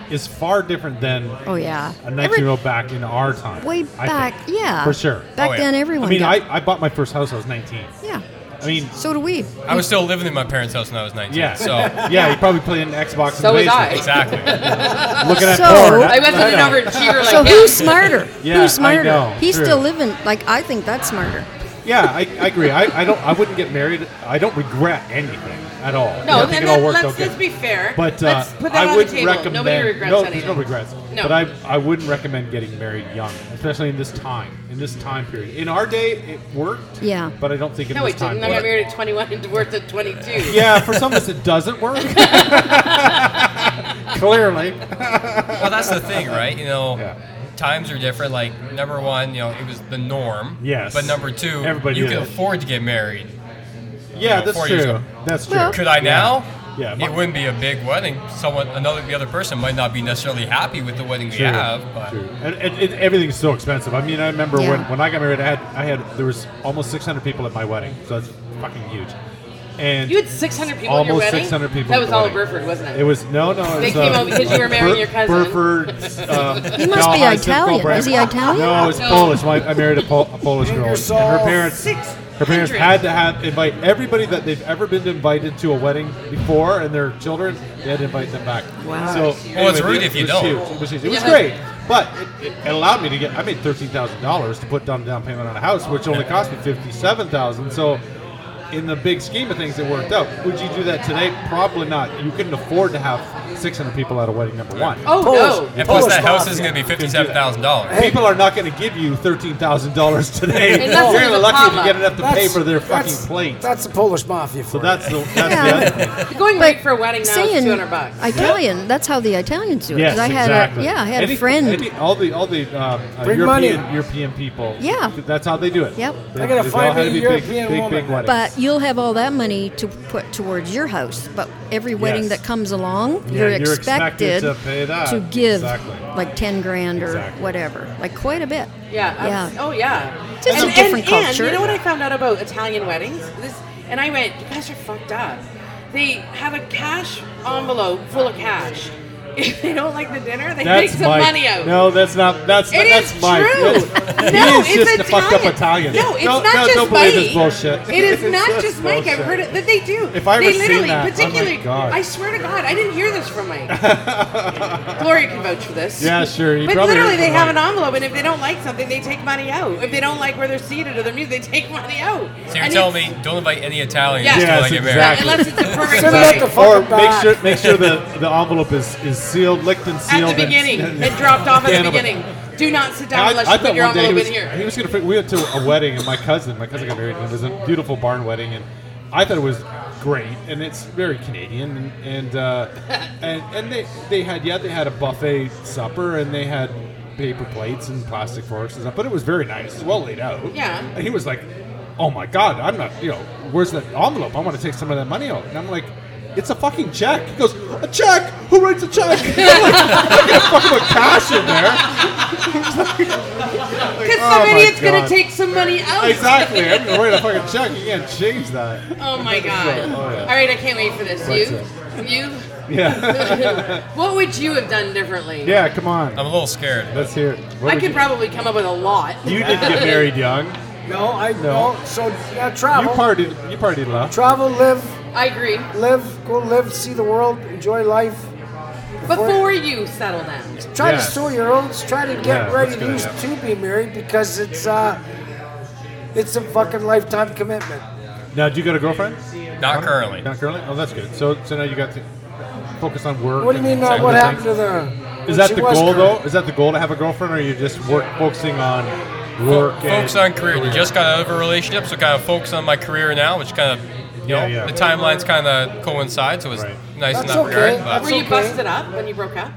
[SPEAKER 1] is far different than
[SPEAKER 4] Oh yeah.
[SPEAKER 1] a
[SPEAKER 4] Every-
[SPEAKER 1] 19 year old back in our time.
[SPEAKER 4] way
[SPEAKER 1] I
[SPEAKER 4] back,
[SPEAKER 1] think.
[SPEAKER 4] yeah.
[SPEAKER 1] For sure.
[SPEAKER 4] Back
[SPEAKER 5] Oh, yeah.
[SPEAKER 4] then, everyone.
[SPEAKER 1] I mean,
[SPEAKER 4] got-
[SPEAKER 1] I, I bought my first house. I was 19.
[SPEAKER 4] yeah.
[SPEAKER 1] I mean,
[SPEAKER 4] So do we.
[SPEAKER 5] I was still living in my parents' house when I was 19.
[SPEAKER 1] yeah.
[SPEAKER 5] So
[SPEAKER 1] yeah, you probably playing Xbox.
[SPEAKER 2] So
[SPEAKER 1] in the
[SPEAKER 2] was I.
[SPEAKER 1] basement,
[SPEAKER 5] exactly.
[SPEAKER 1] Looking at
[SPEAKER 4] So-
[SPEAKER 1] porn.
[SPEAKER 2] I wasn't an
[SPEAKER 1] know.
[SPEAKER 2] over cheer like
[SPEAKER 4] So
[SPEAKER 2] him.
[SPEAKER 4] who's smarter?
[SPEAKER 1] Yeah, I
[SPEAKER 4] who's smarter?
[SPEAKER 1] know,
[SPEAKER 4] He's
[SPEAKER 1] true.
[SPEAKER 4] still living. Like I think that's smarter.
[SPEAKER 1] Yeah, I, I agree. I, I don't. I wouldn't get married. I don't regret anything at all.
[SPEAKER 2] No,
[SPEAKER 1] I
[SPEAKER 2] then
[SPEAKER 1] think it all
[SPEAKER 2] let-
[SPEAKER 1] worked
[SPEAKER 2] let's,
[SPEAKER 1] out good.
[SPEAKER 2] let's be fair.
[SPEAKER 1] But uh,
[SPEAKER 2] let's put that
[SPEAKER 1] I
[SPEAKER 2] on
[SPEAKER 1] wouldn't
[SPEAKER 2] the table.
[SPEAKER 1] recommend.
[SPEAKER 2] Nobody regrets
[SPEAKER 1] no,
[SPEAKER 2] anything.
[SPEAKER 1] there's no regrets.
[SPEAKER 2] No.
[SPEAKER 1] But I, I wouldn't recommend getting married young, especially in this time, in this time period. In our day, it worked.
[SPEAKER 4] Yeah.
[SPEAKER 1] But I don't think in
[SPEAKER 2] No,
[SPEAKER 1] this
[SPEAKER 2] it
[SPEAKER 1] time.
[SPEAKER 2] didn't. I got
[SPEAKER 1] period.
[SPEAKER 2] married at 21 and divorced at 22.
[SPEAKER 1] Yeah, for some of us it doesn't work. Clearly.
[SPEAKER 5] Well, that's the thing, right? You know,
[SPEAKER 1] Yeah.
[SPEAKER 5] times are different. Like number one, you know, it was the norm.
[SPEAKER 1] Yes.
[SPEAKER 5] But number two,
[SPEAKER 1] Everybody
[SPEAKER 5] you
[SPEAKER 1] did
[SPEAKER 5] could
[SPEAKER 1] it.
[SPEAKER 5] afford to get married.
[SPEAKER 1] Yeah,
[SPEAKER 5] know,
[SPEAKER 1] that's
[SPEAKER 5] four years
[SPEAKER 1] true.
[SPEAKER 5] ago.
[SPEAKER 1] That's true.
[SPEAKER 4] Well-
[SPEAKER 5] Could I now?
[SPEAKER 1] Yeah.
[SPEAKER 5] It wouldn't be a big wedding. Someone, another, the other person might not be necessarily happy with the wedding we
[SPEAKER 1] True,
[SPEAKER 5] have. But
[SPEAKER 1] true. And, and, and everything's so expensive. I mean, I remember
[SPEAKER 4] Yeah.
[SPEAKER 1] when, when I got married, I had I had there was almost 600 people at my wedding, so that's fucking huge. And
[SPEAKER 2] You had 600 people at your
[SPEAKER 1] Almost
[SPEAKER 2] wedding?
[SPEAKER 1] 600 people
[SPEAKER 2] That
[SPEAKER 1] at
[SPEAKER 2] was
[SPEAKER 1] the
[SPEAKER 2] all
[SPEAKER 1] wedding.
[SPEAKER 2] Burford, wasn't it?
[SPEAKER 1] it was no, no. It
[SPEAKER 2] They
[SPEAKER 1] was,
[SPEAKER 2] came
[SPEAKER 1] uh,
[SPEAKER 2] out because you were marrying your cousin.
[SPEAKER 1] Burford's. Um,
[SPEAKER 4] He must be Italian. Is he Italian?
[SPEAKER 1] No, it's
[SPEAKER 2] No.
[SPEAKER 1] Polish. My, I married a, Pol- a Polish girl. And her
[SPEAKER 3] Ingersoll.
[SPEAKER 1] parents. Her parents had to have invite everybody that they've ever been invited to a wedding before, and their children. They had to invite them back.
[SPEAKER 4] Wow.
[SPEAKER 1] So
[SPEAKER 5] Well, it's rude
[SPEAKER 1] it-
[SPEAKER 5] if you
[SPEAKER 1] it was
[SPEAKER 5] don't.
[SPEAKER 1] huge. It was, huge. It was
[SPEAKER 2] Yeah.
[SPEAKER 1] great, but it, it allowed me to get. I made thirteen thousand dollars to put down down payment on a house, which only cost me fifty seven thousand. So. In the big scheme of things, it worked out. Would you do that today? Probably not. You couldn't afford to have 600 people at a wedding, number one.
[SPEAKER 2] Oh,
[SPEAKER 3] Polish.
[SPEAKER 2] no.
[SPEAKER 5] And plus,
[SPEAKER 3] Polish
[SPEAKER 5] that house
[SPEAKER 3] mafia.
[SPEAKER 5] is going to be fifty-seven thousand dollars.
[SPEAKER 1] People are not going to give you thirteen thousand dollars today.
[SPEAKER 2] And that's
[SPEAKER 1] You're
[SPEAKER 2] with
[SPEAKER 1] gonna
[SPEAKER 2] a
[SPEAKER 1] lucky if you
[SPEAKER 2] comma.
[SPEAKER 1] get enough to pay for their fucking
[SPEAKER 3] that's-
[SPEAKER 1] plate.
[SPEAKER 3] That's the Polish mafia. For
[SPEAKER 1] so that's the that's
[SPEAKER 4] Yeah.
[SPEAKER 1] the other thing.
[SPEAKER 2] Going right for a wedding now is
[SPEAKER 4] saying
[SPEAKER 2] 200 bucks.
[SPEAKER 4] Italian, that's how the Italians do it. 'Cause I had a, yeah, I had
[SPEAKER 1] Any-
[SPEAKER 4] a friend.
[SPEAKER 1] any- all the all the um, uh,
[SPEAKER 3] Bring
[SPEAKER 1] European
[SPEAKER 3] money.
[SPEAKER 1] European people.
[SPEAKER 4] Yeah.
[SPEAKER 1] that's how they do it.
[SPEAKER 4] Yep.
[SPEAKER 1] They,
[SPEAKER 3] I gotta
[SPEAKER 1] they've
[SPEAKER 3] find
[SPEAKER 1] all had to
[SPEAKER 3] me
[SPEAKER 1] be
[SPEAKER 3] a
[SPEAKER 1] big,
[SPEAKER 3] European
[SPEAKER 1] big,
[SPEAKER 3] woman.
[SPEAKER 1] big weddings.
[SPEAKER 4] but you'll have all that money to put towards your house. But every wedding
[SPEAKER 1] Yes.
[SPEAKER 4] that comes along,
[SPEAKER 1] Yeah,
[SPEAKER 4] you're,
[SPEAKER 1] you're expected
[SPEAKER 4] expected,
[SPEAKER 1] to pay that.
[SPEAKER 4] to give
[SPEAKER 1] Exactly.
[SPEAKER 4] like ten grand or
[SPEAKER 1] Exactly.
[SPEAKER 4] whatever, like quite a bit.
[SPEAKER 2] Yeah. I
[SPEAKER 4] yeah.
[SPEAKER 2] was- oh, yeah.
[SPEAKER 4] Just a
[SPEAKER 2] and,
[SPEAKER 4] different
[SPEAKER 2] and,
[SPEAKER 4] culture.
[SPEAKER 2] And you know what I found out about Italian weddings? This, and I went, you guys are fucked up. They have a cash envelope full of cash. If they don't like the dinner, they take
[SPEAKER 1] that's
[SPEAKER 2] some
[SPEAKER 1] my,
[SPEAKER 2] money out.
[SPEAKER 1] No, that's not. That's
[SPEAKER 2] It
[SPEAKER 1] that's
[SPEAKER 2] is
[SPEAKER 1] my.
[SPEAKER 2] true.
[SPEAKER 1] he
[SPEAKER 2] no,
[SPEAKER 1] is just
[SPEAKER 2] it's
[SPEAKER 1] a
[SPEAKER 2] Italian.
[SPEAKER 1] fucked up Italian.
[SPEAKER 2] No, it's
[SPEAKER 1] no,
[SPEAKER 2] not
[SPEAKER 1] no,
[SPEAKER 2] just
[SPEAKER 1] don't believe this
[SPEAKER 2] Mike.
[SPEAKER 1] bullshit.
[SPEAKER 2] It is not
[SPEAKER 1] It's
[SPEAKER 2] just, Mike. I've
[SPEAKER 1] bullshit.
[SPEAKER 2] heard it, that they do.
[SPEAKER 1] If I ever
[SPEAKER 2] they
[SPEAKER 1] seen
[SPEAKER 2] literally,
[SPEAKER 1] that, oh my
[SPEAKER 2] particularly,
[SPEAKER 1] God.
[SPEAKER 2] I swear to God, I didn't hear this from Mike. Gloria can vouch for this.
[SPEAKER 1] Yeah, sure, you
[SPEAKER 2] But
[SPEAKER 1] probably
[SPEAKER 2] literally,
[SPEAKER 1] heard
[SPEAKER 2] they
[SPEAKER 1] from
[SPEAKER 2] have
[SPEAKER 1] Mike.
[SPEAKER 2] an envelope, and if they don't like something, they take money out. If they don't like where they're seated or their music, they take money out.
[SPEAKER 5] So you're
[SPEAKER 2] And
[SPEAKER 5] telling
[SPEAKER 2] it's-
[SPEAKER 5] me don't invite any Italians
[SPEAKER 2] Yes.
[SPEAKER 5] to
[SPEAKER 1] Yes,
[SPEAKER 5] like get
[SPEAKER 1] exactly.
[SPEAKER 5] married?
[SPEAKER 2] Unless it's a perfect
[SPEAKER 3] Send them out
[SPEAKER 2] wedding.
[SPEAKER 3] the fuck
[SPEAKER 1] Or
[SPEAKER 3] up
[SPEAKER 1] make
[SPEAKER 3] back.
[SPEAKER 1] sure make sure the the envelope is is sealed, licked and
[SPEAKER 2] at
[SPEAKER 1] sealed
[SPEAKER 2] the beginning.
[SPEAKER 1] And,
[SPEAKER 2] It dropped off at
[SPEAKER 1] Yeah,
[SPEAKER 2] the
[SPEAKER 1] no, but-
[SPEAKER 2] beginning. Do not sit down
[SPEAKER 1] I,
[SPEAKER 2] unless
[SPEAKER 1] I
[SPEAKER 2] you
[SPEAKER 1] thought
[SPEAKER 2] put your
[SPEAKER 1] one day he
[SPEAKER 2] envelope
[SPEAKER 1] was,
[SPEAKER 2] in
[SPEAKER 1] he
[SPEAKER 2] here.
[SPEAKER 1] was gonna. fig- We went to a wedding, and my cousin, my cousin got married, and it was a beautiful barn wedding, and I thought it was great, and it's very Canadian, and and uh, and, and they they had yeah they had a buffet supper, and they had paper plates and plastic forks and stuff, but it was very nice, well laid out.
[SPEAKER 2] Yeah.
[SPEAKER 1] and he was like, "Oh my God, I'm not, you know, where's that envelope? I want to take some of that money out," and I'm like. It's a fucking check. He goes, a check? Who writes a check? I'm like, I'm gonna fucking put cash in there.
[SPEAKER 2] Because
[SPEAKER 1] Oh
[SPEAKER 2] some
[SPEAKER 1] my
[SPEAKER 2] idiot's going
[SPEAKER 1] God.
[SPEAKER 2] to take some money out.
[SPEAKER 1] Exactly. I'm gonna write a fucking check. You can't change that.
[SPEAKER 2] Oh my god!
[SPEAKER 1] yeah.
[SPEAKER 2] All right, I can't wait for this.
[SPEAKER 1] What's
[SPEAKER 2] you, you,
[SPEAKER 1] Yeah.
[SPEAKER 2] what would you have done differently?
[SPEAKER 1] yeah. Come on.
[SPEAKER 5] I'm a little scared.
[SPEAKER 1] Let's hear. It. What
[SPEAKER 2] I
[SPEAKER 1] would
[SPEAKER 2] could
[SPEAKER 1] you-
[SPEAKER 2] probably come up with a lot.
[SPEAKER 1] You didn't get married young. You
[SPEAKER 3] No, I
[SPEAKER 1] No.
[SPEAKER 3] no. So uh, travel,
[SPEAKER 1] partied. You partied a lot.
[SPEAKER 3] travel, live,
[SPEAKER 2] I agree.
[SPEAKER 3] live, go live, see the world, enjoy life.
[SPEAKER 2] Before you settle down,
[SPEAKER 3] try
[SPEAKER 1] Yes.
[SPEAKER 3] to store your own. Try to get
[SPEAKER 1] Yeah,
[SPEAKER 3] ready
[SPEAKER 1] that's
[SPEAKER 3] to,
[SPEAKER 1] good,
[SPEAKER 3] use-
[SPEAKER 1] yeah.
[SPEAKER 3] to be married because it's uh, it's a fucking lifetime commitment.
[SPEAKER 1] Now, do you got a girlfriend?
[SPEAKER 5] Not currently.
[SPEAKER 1] Not currently. Oh, that's good. So, so now you got to focus on work.
[SPEAKER 3] What do you
[SPEAKER 1] and
[SPEAKER 3] mean? Uh,
[SPEAKER 1] other
[SPEAKER 3] what happened to
[SPEAKER 1] things.
[SPEAKER 3] the?
[SPEAKER 1] Is
[SPEAKER 3] when
[SPEAKER 1] that
[SPEAKER 3] she
[SPEAKER 1] the
[SPEAKER 3] was
[SPEAKER 1] goal
[SPEAKER 3] current?
[SPEAKER 1] though? Is that the goal to have a girlfriend, or are you just work focusing on work? and-
[SPEAKER 5] Focus on career. You just got out of a relationship, so kind of focus on my career now, which kind of, you know,
[SPEAKER 1] Yeah, yeah.
[SPEAKER 5] the timelines kind of coincide, so it's
[SPEAKER 1] Right.
[SPEAKER 5] nice
[SPEAKER 3] That's
[SPEAKER 5] in that
[SPEAKER 3] okay.
[SPEAKER 5] regard.
[SPEAKER 2] were
[SPEAKER 5] But
[SPEAKER 2] you
[SPEAKER 3] okay.
[SPEAKER 2] busted up when you broke up?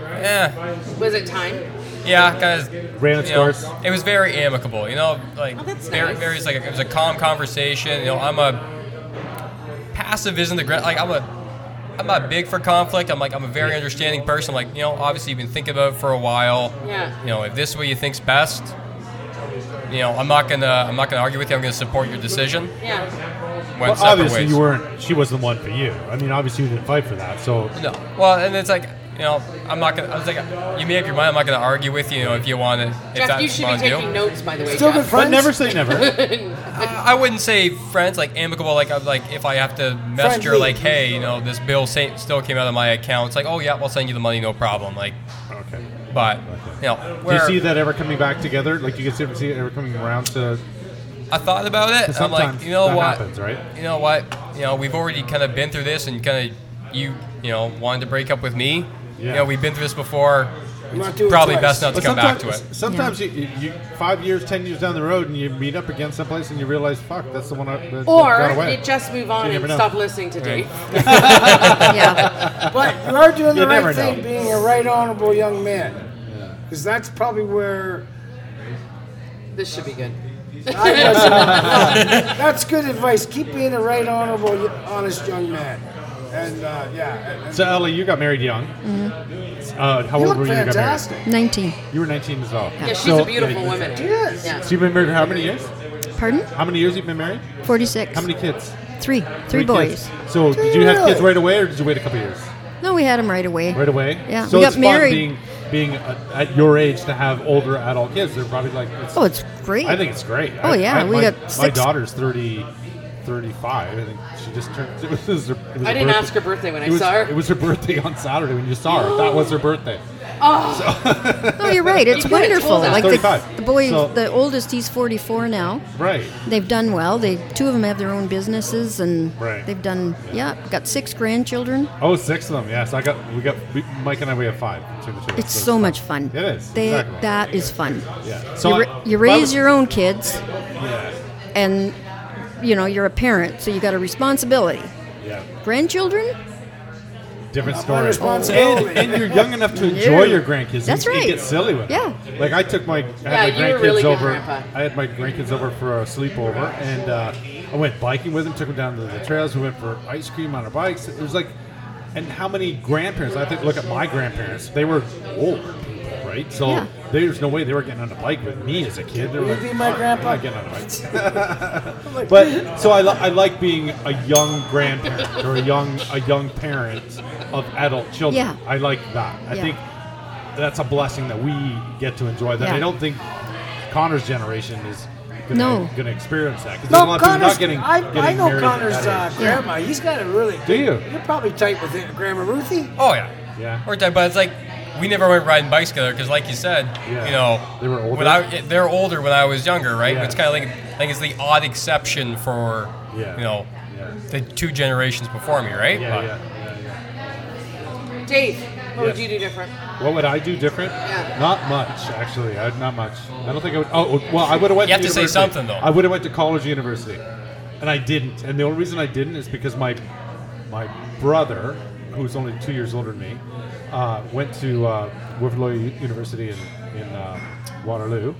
[SPEAKER 5] yeah,
[SPEAKER 2] Was it time?
[SPEAKER 5] yeah, kind of.
[SPEAKER 1] Ran its
[SPEAKER 5] you know,
[SPEAKER 1] course.
[SPEAKER 5] it was very amicable, you know, like
[SPEAKER 2] Oh, that's
[SPEAKER 5] very,
[SPEAKER 2] nice.
[SPEAKER 5] very it's like it was a calm conversation. You know, I'm a passive isn't the great. Like I'm a. I'm not big for conflict. I'm like I'm a very understanding person. Like you know, obviously you've been thinking about it for a while.
[SPEAKER 2] Yeah.
[SPEAKER 5] You know, if this is what you think's best, you know, I'm not gonna I'm not gonna argue with you. I'm gonna support your decision.
[SPEAKER 2] Yeah.
[SPEAKER 5] Went
[SPEAKER 1] Well,
[SPEAKER 5] separate
[SPEAKER 1] obviously,
[SPEAKER 5] ways.
[SPEAKER 1] you weren't. She wasn't the one for you. I mean, obviously, you didn't fight for that. So,
[SPEAKER 5] No. Well, and it's like, you know, I'm not gonna. I was like, you make up your mind. I'm not gonna argue with you, you know, if you want to. If
[SPEAKER 2] Jeff,
[SPEAKER 5] that's
[SPEAKER 2] you should be
[SPEAKER 5] what you wanna
[SPEAKER 2] taking
[SPEAKER 5] do.
[SPEAKER 2] notes, by the way.
[SPEAKER 3] Still good
[SPEAKER 2] Jeff.
[SPEAKER 1] but
[SPEAKER 3] friends.
[SPEAKER 1] never say never.
[SPEAKER 5] I I wouldn't say friends, like amicable. Like I'm like, if I have to messenger,
[SPEAKER 3] Friendly.
[SPEAKER 5] like, hey, you know, this bill sa- still came out of my account. It's like, oh yeah, I'll send you the money, no problem. Like,
[SPEAKER 1] okay.
[SPEAKER 5] but you know,
[SPEAKER 1] Do
[SPEAKER 5] where
[SPEAKER 1] you see that ever coming back together? Like you can see it ever coming around to.
[SPEAKER 5] I thought about it.
[SPEAKER 1] 'cause
[SPEAKER 5] I'm
[SPEAKER 1] Sometimes
[SPEAKER 5] like, you know
[SPEAKER 1] that
[SPEAKER 5] what?
[SPEAKER 1] happens, right?
[SPEAKER 5] You know what? You know, we've already kind of been through this, and kind of you, you know, wanted to break up with me.
[SPEAKER 1] Yeah.
[SPEAKER 5] You know, we've been through this before.
[SPEAKER 3] I'm not doing
[SPEAKER 5] Probably
[SPEAKER 3] twice.
[SPEAKER 5] best not to
[SPEAKER 1] But
[SPEAKER 5] come back to it.
[SPEAKER 1] sometimes- Sometimes you, you, you five years, ten years down the road, and you meet up again someplace, and you realize, fuck, that's the one I, that, that got
[SPEAKER 2] Or
[SPEAKER 1] away.
[SPEAKER 2] you just move
[SPEAKER 1] You
[SPEAKER 2] on
[SPEAKER 1] never
[SPEAKER 2] and
[SPEAKER 1] know.
[SPEAKER 2] stop listening to Dave.
[SPEAKER 4] yeah,
[SPEAKER 3] But you are doing
[SPEAKER 1] You
[SPEAKER 3] the
[SPEAKER 1] never
[SPEAKER 3] right thing,
[SPEAKER 1] know.
[SPEAKER 3] being a right honorable young man. because that's probably where.
[SPEAKER 2] This should be good.
[SPEAKER 3] I was- that's good advice. Keep being a right honorable, honest young man. And uh, yeah, and- and
[SPEAKER 1] So Ella, you got married young. Uh, how
[SPEAKER 3] you
[SPEAKER 1] old
[SPEAKER 3] look
[SPEAKER 1] were you? when You, got married?
[SPEAKER 3] fantastic.
[SPEAKER 4] 19.
[SPEAKER 1] you were 19 as well.
[SPEAKER 2] Yeah, she's
[SPEAKER 1] So-
[SPEAKER 2] a beautiful woman.
[SPEAKER 3] She is.
[SPEAKER 2] Yeah.
[SPEAKER 1] So you've been married for how many years?
[SPEAKER 4] Pardon?
[SPEAKER 1] How many years you've been married?
[SPEAKER 4] 46.
[SPEAKER 1] How many kids?
[SPEAKER 4] Three. Three
[SPEAKER 1] kids.
[SPEAKER 4] boys.
[SPEAKER 1] So did you have kids
[SPEAKER 3] Really?
[SPEAKER 1] right away, or did you wait a couple years?
[SPEAKER 4] No, we had them right away.
[SPEAKER 1] Right away.
[SPEAKER 4] Yeah,
[SPEAKER 1] So
[SPEAKER 4] we
[SPEAKER 1] it's
[SPEAKER 4] got married.
[SPEAKER 1] fun being being uh, at your age to have older adult kids. They're probably like. It's,
[SPEAKER 4] Oh, it's great.
[SPEAKER 1] I think it's great.
[SPEAKER 4] Oh,
[SPEAKER 1] I-
[SPEAKER 4] yeah,
[SPEAKER 1] I-
[SPEAKER 4] we
[SPEAKER 1] my,
[SPEAKER 4] got
[SPEAKER 1] my
[SPEAKER 4] six-
[SPEAKER 1] daughter's 30, 35. I think she just turned. It was, it was her, it was
[SPEAKER 2] I
[SPEAKER 1] her
[SPEAKER 2] didn't
[SPEAKER 1] birthday.
[SPEAKER 2] ask her birthday when I
[SPEAKER 1] It was-
[SPEAKER 2] saw her.
[SPEAKER 1] It was her birthday on Saturday when you saw her. That was her birthday.
[SPEAKER 4] No, you're right. It's
[SPEAKER 2] could've told
[SPEAKER 4] wonderful.
[SPEAKER 2] us.
[SPEAKER 4] Like the,
[SPEAKER 1] 35.
[SPEAKER 4] the boy,
[SPEAKER 1] So-
[SPEAKER 4] the oldest, he's 44 now.
[SPEAKER 1] Right.
[SPEAKER 4] They've done well. They two of them have their own businesses, and
[SPEAKER 1] Right.
[SPEAKER 4] they've done yeah. Got six grandchildren.
[SPEAKER 1] Oh, six of them. Yes, I got. We got. We, Mike and I. We have five. between the two of us,
[SPEAKER 4] It's so
[SPEAKER 1] fun.
[SPEAKER 4] much fun.
[SPEAKER 1] It is,
[SPEAKER 4] They,
[SPEAKER 1] exactly.
[SPEAKER 4] That is fun.
[SPEAKER 1] Yeah. So
[SPEAKER 4] You,
[SPEAKER 1] I-
[SPEAKER 4] ra- you
[SPEAKER 1] if I
[SPEAKER 4] raise
[SPEAKER 1] was-
[SPEAKER 4] your own kids,
[SPEAKER 1] Yeah.
[SPEAKER 4] and you know you're a parent, so you got a responsibility.
[SPEAKER 1] Yeah.
[SPEAKER 4] Grandchildren,
[SPEAKER 1] Different
[SPEAKER 3] My
[SPEAKER 1] story.
[SPEAKER 3] responsibility.
[SPEAKER 1] And, and you're young enough to enjoy
[SPEAKER 4] Yeah.
[SPEAKER 1] your grandkids.
[SPEAKER 4] That's
[SPEAKER 1] and,
[SPEAKER 4] right.
[SPEAKER 1] And get silly with
[SPEAKER 4] Yeah.
[SPEAKER 1] them. Like I took my, I had
[SPEAKER 2] Yeah,
[SPEAKER 1] my
[SPEAKER 2] you were
[SPEAKER 1] grandkids
[SPEAKER 2] really good
[SPEAKER 1] over.
[SPEAKER 2] grandpa.
[SPEAKER 1] I had my grandkids over for a sleepover, and uh, I went biking with them. Took them down to the trails. We went for ice cream on our bikes. It was like, and how many grandparents? I think look at my grandparents. They were older people, right? So
[SPEAKER 4] Yeah.
[SPEAKER 1] there's no way they were getting on a bike with me as a kid. They were
[SPEAKER 3] you
[SPEAKER 1] like,
[SPEAKER 3] be my
[SPEAKER 1] "Fuck,
[SPEAKER 3] grandpa?"
[SPEAKER 1] I'm not getting on a bike. But so I, li- I like being a young grandparent or a young a young parent of adult children.
[SPEAKER 4] Yeah.
[SPEAKER 1] I like that. I
[SPEAKER 4] Yeah.
[SPEAKER 1] think that's a blessing that we get to enjoy that.
[SPEAKER 4] Yeah.
[SPEAKER 1] I don't think Connor's generation is gonna,
[SPEAKER 4] No.
[SPEAKER 1] gonna experience that because
[SPEAKER 3] No,
[SPEAKER 1] a lot
[SPEAKER 3] Connor's.
[SPEAKER 1] of people not getting,
[SPEAKER 3] I,
[SPEAKER 1] getting
[SPEAKER 3] I know
[SPEAKER 1] married at
[SPEAKER 3] Connor's
[SPEAKER 1] that
[SPEAKER 3] uh,
[SPEAKER 1] age.
[SPEAKER 3] grandma. He's got a really.
[SPEAKER 1] Do you?
[SPEAKER 3] You're probably tight with it, Grandma Ruthie.
[SPEAKER 5] Oh yeah.
[SPEAKER 1] Yeah.
[SPEAKER 5] Or time, but it's like we never went riding bikes together because, like you said,
[SPEAKER 1] Yeah.
[SPEAKER 5] you know,
[SPEAKER 1] They were older.
[SPEAKER 5] When I, they're older when I was younger, right?
[SPEAKER 1] Yeah.
[SPEAKER 5] It's kind of like I think it's the odd exception for
[SPEAKER 1] Yeah.
[SPEAKER 5] you know
[SPEAKER 1] Yeah.
[SPEAKER 5] the two generations before me, right?
[SPEAKER 1] Yeah,
[SPEAKER 5] But-
[SPEAKER 1] yeah, yeah, yeah.
[SPEAKER 2] Dave, what would
[SPEAKER 1] Yes.
[SPEAKER 2] you do different?
[SPEAKER 1] What would I do different?
[SPEAKER 2] Yeah.
[SPEAKER 1] Not much, actually. I, not much. I don't think I would. Oh, well, I would have went.
[SPEAKER 5] You
[SPEAKER 1] to
[SPEAKER 5] have to say
[SPEAKER 1] university.
[SPEAKER 5] something, though.
[SPEAKER 1] I would have went to college, or university, and I didn't. And the only reason I didn't is because my my brother, who's only two years older than me, uh, went to uh, Waterloo University in in uh, Waterloo,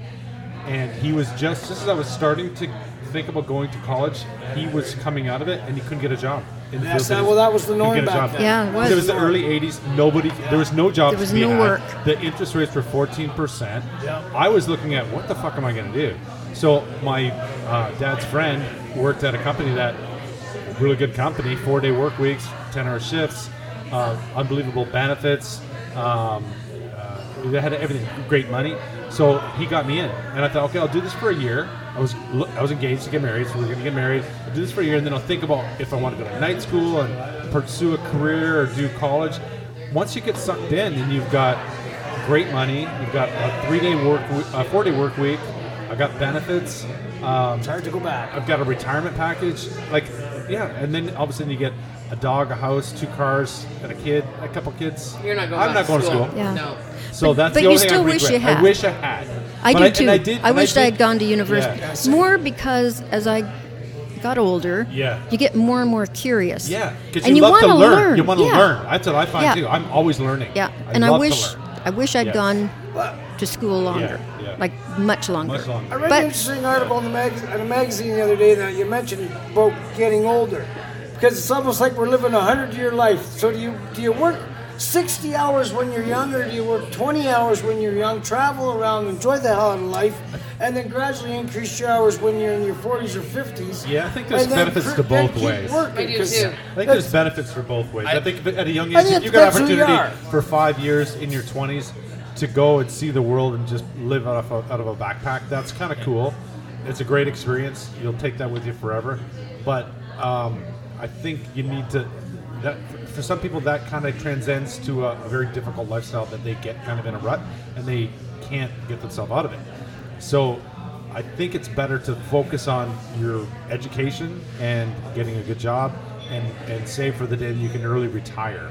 [SPEAKER 1] and he was just just as I was starting to think about going to college, he was coming out of it, and he couldn't get a job. in the field
[SPEAKER 3] Yes, that-
[SPEAKER 1] he
[SPEAKER 3] well, that was the
[SPEAKER 1] couldn't
[SPEAKER 3] norm
[SPEAKER 1] get a
[SPEAKER 3] back
[SPEAKER 1] job.
[SPEAKER 3] then.
[SPEAKER 4] Yeah, it was.
[SPEAKER 1] It was the early '80s. Nobody, there was no jobs.
[SPEAKER 4] There was
[SPEAKER 1] to be
[SPEAKER 4] no
[SPEAKER 1] had.
[SPEAKER 4] work.
[SPEAKER 1] The interest rates were 14 percent.
[SPEAKER 3] Yeah.
[SPEAKER 1] I was looking at what the fuck am I going to do? So my uh, dad's friend worked at a company that really good company, four day work weeks, 10 hour shifts, uh, unbelievable benefits. Um, uh, they had everything, great money. So he got me in, and I thought, okay, I'll do this for a year. I was lo- I was engaged to get married, so we are gonna get married. I'll do this for a year, and then I'll think about if I want to go to night school and pursue a career or do college. Once you get sucked in, and you've got great money, you've got a three day work, w- a four day work week. I got benefits. Um,
[SPEAKER 3] It's hard to go back.
[SPEAKER 1] I've got a retirement package. Like, yeah, and then all of a sudden you get a dog, a house, two cars, and a kid, a couple kids.
[SPEAKER 2] You're not going.
[SPEAKER 1] I'm not
[SPEAKER 2] back
[SPEAKER 1] going
[SPEAKER 2] to school.
[SPEAKER 1] to school.
[SPEAKER 4] Yeah.
[SPEAKER 2] No.
[SPEAKER 1] So
[SPEAKER 4] But-
[SPEAKER 1] that's
[SPEAKER 4] but
[SPEAKER 1] the only
[SPEAKER 4] you
[SPEAKER 1] thing
[SPEAKER 4] still
[SPEAKER 1] I
[SPEAKER 4] wish you
[SPEAKER 1] regret. I
[SPEAKER 4] had.
[SPEAKER 1] wish I had.
[SPEAKER 4] I
[SPEAKER 1] But
[SPEAKER 4] do
[SPEAKER 1] and
[SPEAKER 4] too.
[SPEAKER 1] I, did, and
[SPEAKER 4] wished I,
[SPEAKER 1] did-
[SPEAKER 4] had gone to university
[SPEAKER 1] Yeah.
[SPEAKER 4] more because as I got older,
[SPEAKER 1] Yeah.
[SPEAKER 4] you get more and more curious.
[SPEAKER 1] Yeah, because
[SPEAKER 4] and
[SPEAKER 1] you, love
[SPEAKER 4] want
[SPEAKER 1] to learn. You want
[SPEAKER 4] want
[SPEAKER 1] to learn. That's what I find
[SPEAKER 4] Yeah.
[SPEAKER 1] too. I'm always learning.
[SPEAKER 4] Yeah, and I
[SPEAKER 1] love to
[SPEAKER 4] wish
[SPEAKER 1] learn.
[SPEAKER 4] I wish i had
[SPEAKER 1] Yeah.
[SPEAKER 4] gone to school longer,
[SPEAKER 1] yeah.
[SPEAKER 4] like much longer.
[SPEAKER 1] Much longer.
[SPEAKER 3] I read
[SPEAKER 4] But-
[SPEAKER 3] an interesting article in, the mag- in a magazine the other day that you mentioned about getting older, because it's almost like we're living a hundred-year life. So do you do you work sixty hours when you're young, or do you work twenty hours when you're young? Travel around, enjoy the hell out of life, and then gradually increase your hours when you're in your forties or fifties.
[SPEAKER 1] Yeah, I think there's
[SPEAKER 3] and then
[SPEAKER 1] benefits
[SPEAKER 3] cr-
[SPEAKER 1] to
[SPEAKER 3] then
[SPEAKER 1] both
[SPEAKER 3] keep
[SPEAKER 1] ways.
[SPEAKER 3] working,
[SPEAKER 2] I do
[SPEAKER 3] 'cause
[SPEAKER 2] too.
[SPEAKER 1] I think there's benefits for both ways. I,
[SPEAKER 5] I-
[SPEAKER 1] think that at a young
[SPEAKER 3] I
[SPEAKER 1] age,
[SPEAKER 3] think
[SPEAKER 1] if
[SPEAKER 3] it
[SPEAKER 1] you got
[SPEAKER 3] depends who you
[SPEAKER 1] opportunity
[SPEAKER 3] are.
[SPEAKER 1] for five years in your 20s to go and see the world and just live out of a, out of a backpack, that's kind of cool. It's a great experience. You'll take that with you forever. But um, I think you need to. That, for some people, that kind of transcends to a, a very difficult lifestyle that they get kind of in a rut and they can't get themselves out of it. So I think it's better to focus on your education and getting a good job and, and save for the day that you can early retire.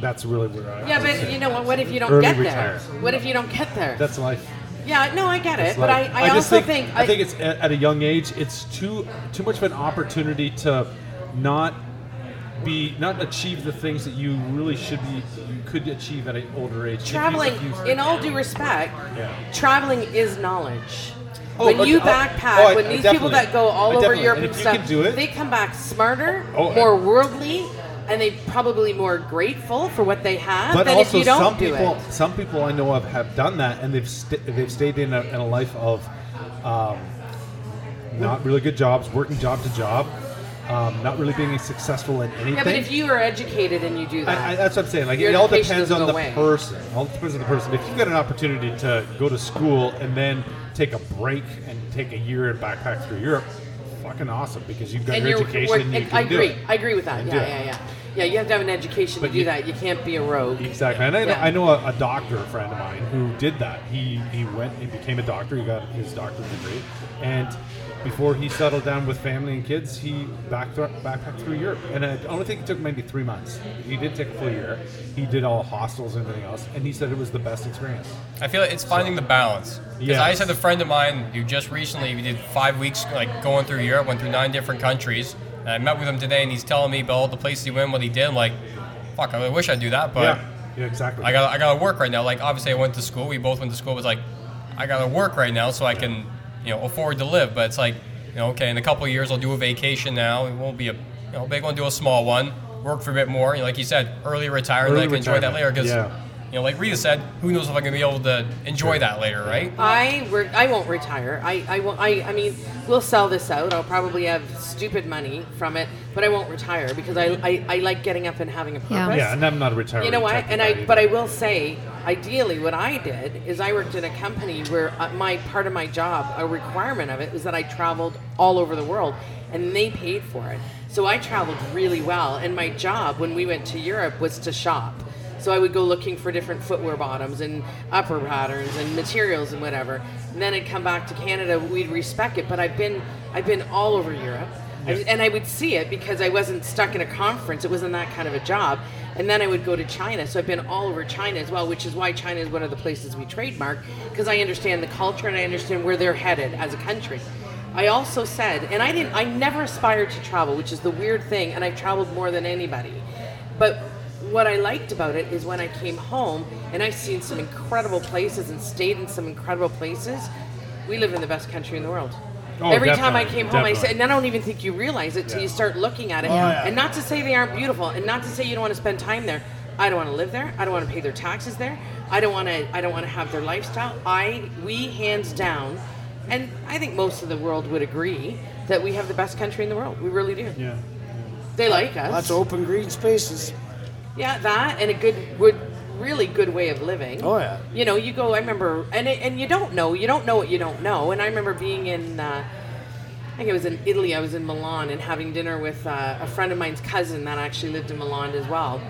[SPEAKER 1] That's really where I
[SPEAKER 2] Yeah,
[SPEAKER 1] would
[SPEAKER 2] but
[SPEAKER 1] say.
[SPEAKER 2] you know what? What if you don't
[SPEAKER 1] Early
[SPEAKER 2] get
[SPEAKER 1] retire.
[SPEAKER 2] there? What if you don't get there?
[SPEAKER 1] that's life.
[SPEAKER 2] yeah, no, I get it,
[SPEAKER 1] That's
[SPEAKER 2] but I,
[SPEAKER 1] life.
[SPEAKER 2] I,
[SPEAKER 1] just
[SPEAKER 2] also think,
[SPEAKER 1] I, think it's at, at a young age it's too too much of an opportunity to not be not achieve the things that you really should be you could achieve at an older age. if you-
[SPEAKER 2] Traveling,
[SPEAKER 1] if you-
[SPEAKER 2] in all due respect,
[SPEAKER 1] Yeah.
[SPEAKER 2] traveling is knowledge.
[SPEAKER 1] Oh,
[SPEAKER 2] when
[SPEAKER 1] but-
[SPEAKER 2] you
[SPEAKER 1] oh,
[SPEAKER 2] backpack,
[SPEAKER 1] oh, I-
[SPEAKER 2] when
[SPEAKER 1] I
[SPEAKER 2] these people
[SPEAKER 1] definitely-
[SPEAKER 2] that go all
[SPEAKER 1] I
[SPEAKER 2] over
[SPEAKER 1] definitely-
[SPEAKER 2] Europe
[SPEAKER 1] and
[SPEAKER 2] and,
[SPEAKER 1] if you
[SPEAKER 2] stuff,
[SPEAKER 1] can do it-
[SPEAKER 2] they come back smarter,
[SPEAKER 1] Oh, I-
[SPEAKER 2] more worldly, and they probably more grateful for what they have
[SPEAKER 1] but
[SPEAKER 2] than
[SPEAKER 1] also
[SPEAKER 2] if you don't
[SPEAKER 1] some
[SPEAKER 2] do
[SPEAKER 1] people
[SPEAKER 2] it.
[SPEAKER 1] some people I know of have done that and they've st- they've stayed in a, in a life of um, not really good jobs, working job to job, um, not really being successful in anything.
[SPEAKER 2] Yeah, but if you are educated and you do that,
[SPEAKER 1] I, I, that's what I'm saying. Like
[SPEAKER 2] Your
[SPEAKER 1] it all
[SPEAKER 2] education
[SPEAKER 1] depends
[SPEAKER 2] doesn't
[SPEAKER 1] on the
[SPEAKER 2] go away.
[SPEAKER 1] person. All depends on the person. If you get an opportunity to go to school and then take a break and take a year and backpack through Europe, fucking awesome because you've got
[SPEAKER 2] and
[SPEAKER 1] your
[SPEAKER 2] you're
[SPEAKER 1] education. and you
[SPEAKER 2] I
[SPEAKER 1] can do
[SPEAKER 2] agree.
[SPEAKER 1] it.
[SPEAKER 2] I agree with that.
[SPEAKER 1] And
[SPEAKER 2] Yeah,
[SPEAKER 1] do it.
[SPEAKER 2] yeah, yeah. Yeah, you have to have an education
[SPEAKER 1] But
[SPEAKER 2] to do
[SPEAKER 1] you-
[SPEAKER 2] that. You can't be a rogue.
[SPEAKER 1] Exactly, and I, know
[SPEAKER 2] Yeah.
[SPEAKER 1] I know a, a doctor a friend of mine who did that. He he went, he became a doctor. He got his doctorate degree, and before he settled down with family and kids, he back backpacked through Europe. And I only think it took maybe three months. He did take a full year. He did all hostels and everything else, and he said it was the best experience.
[SPEAKER 5] I feel like it's finding the balance. Because
[SPEAKER 1] Yes.
[SPEAKER 5] I just had a friend of mine who just recently we did five weeks like going through Europe, went through nine different countries. And I met with him today, and he's telling me about all the places he went, what he did. I'm like, fuck, I wish I'd do that, but
[SPEAKER 1] yeah, yeah, exactly.
[SPEAKER 5] I got I got to work right now. Like obviously I went to school. We both went to school. It was like I got to work right now so I can you know afford to live. But it's like you know okay in a couple of years I'll do a vacation now. It won't be a you know big one. Do a small one. Work for a bit more. You know, like you said, early retirement.
[SPEAKER 1] Early
[SPEAKER 5] I can enjoy that later
[SPEAKER 1] retirement,
[SPEAKER 5] because
[SPEAKER 1] yeah.
[SPEAKER 5] you know like Rita said, who knows if I'm gonna be able to enjoy that later, right?
[SPEAKER 2] I work. I won't retire. I I won't. I, I mean, we'll sell this out. I'll probably have stupid money from it, but I won't retire because I I, I like getting up and having a purpose.
[SPEAKER 4] Yeah.
[SPEAKER 1] yeah, and I'm not a retired.
[SPEAKER 2] You know what?
[SPEAKER 1] detective
[SPEAKER 2] And
[SPEAKER 1] guy
[SPEAKER 2] I, but I
[SPEAKER 1] either.
[SPEAKER 2] will say, ideally, what I did is I worked in a company where uh, my part of my job, a requirement of it, was that I traveled all over the world, and they paid for it. So I traveled really well, and my job when we went to Europe was to shop. So I would go looking for different footwear bottoms and upper patterns and materials and whatever. And then I'd come back to Canada. We'd respect it, but I've been I've been all over Europe. I was- and I would see it because I wasn't stuck in a conference. It wasn't that kind of a job. And then I would go to China. So I've been all over China as well, which is why China is one of the places we trademark because I understand the culture and I understand where they're headed as a country. I also said, and I didn't, I never aspired to travel, which is the weird thing, and I've traveled more than anybody. But what I liked about it is when I came home and I've seen some incredible places and stayed in some incredible places, we live in the best country in the world.
[SPEAKER 1] Oh,
[SPEAKER 2] Every time I
[SPEAKER 1] definitely,
[SPEAKER 2] came home, I
[SPEAKER 1] definitely.
[SPEAKER 2] said, and I don't even think you realize it till
[SPEAKER 1] Yeah.
[SPEAKER 2] you start looking at it.
[SPEAKER 3] yeah.
[SPEAKER 2] And not to say they aren't beautiful, and not to say you don't want to spend time there. I don't want to live there. I don't want to pay their taxes there. I don't want to. I don't want to have their lifestyle. I we hands down, and I think most of the world would agree that we have the best country in the world. We really do.
[SPEAKER 1] Yeah.
[SPEAKER 2] They like us.
[SPEAKER 3] Lots of open green spaces.
[SPEAKER 2] Yeah, that and a good, good, really good way of living.
[SPEAKER 3] Oh, yeah.
[SPEAKER 2] You know, you go. I remember, and it, and you don't know, you don't know what you don't know. And I remember being in, uh, I think it was in Italy. I was in Milan and having dinner with uh, a friend of mine's cousin that actually lived in Milan as well.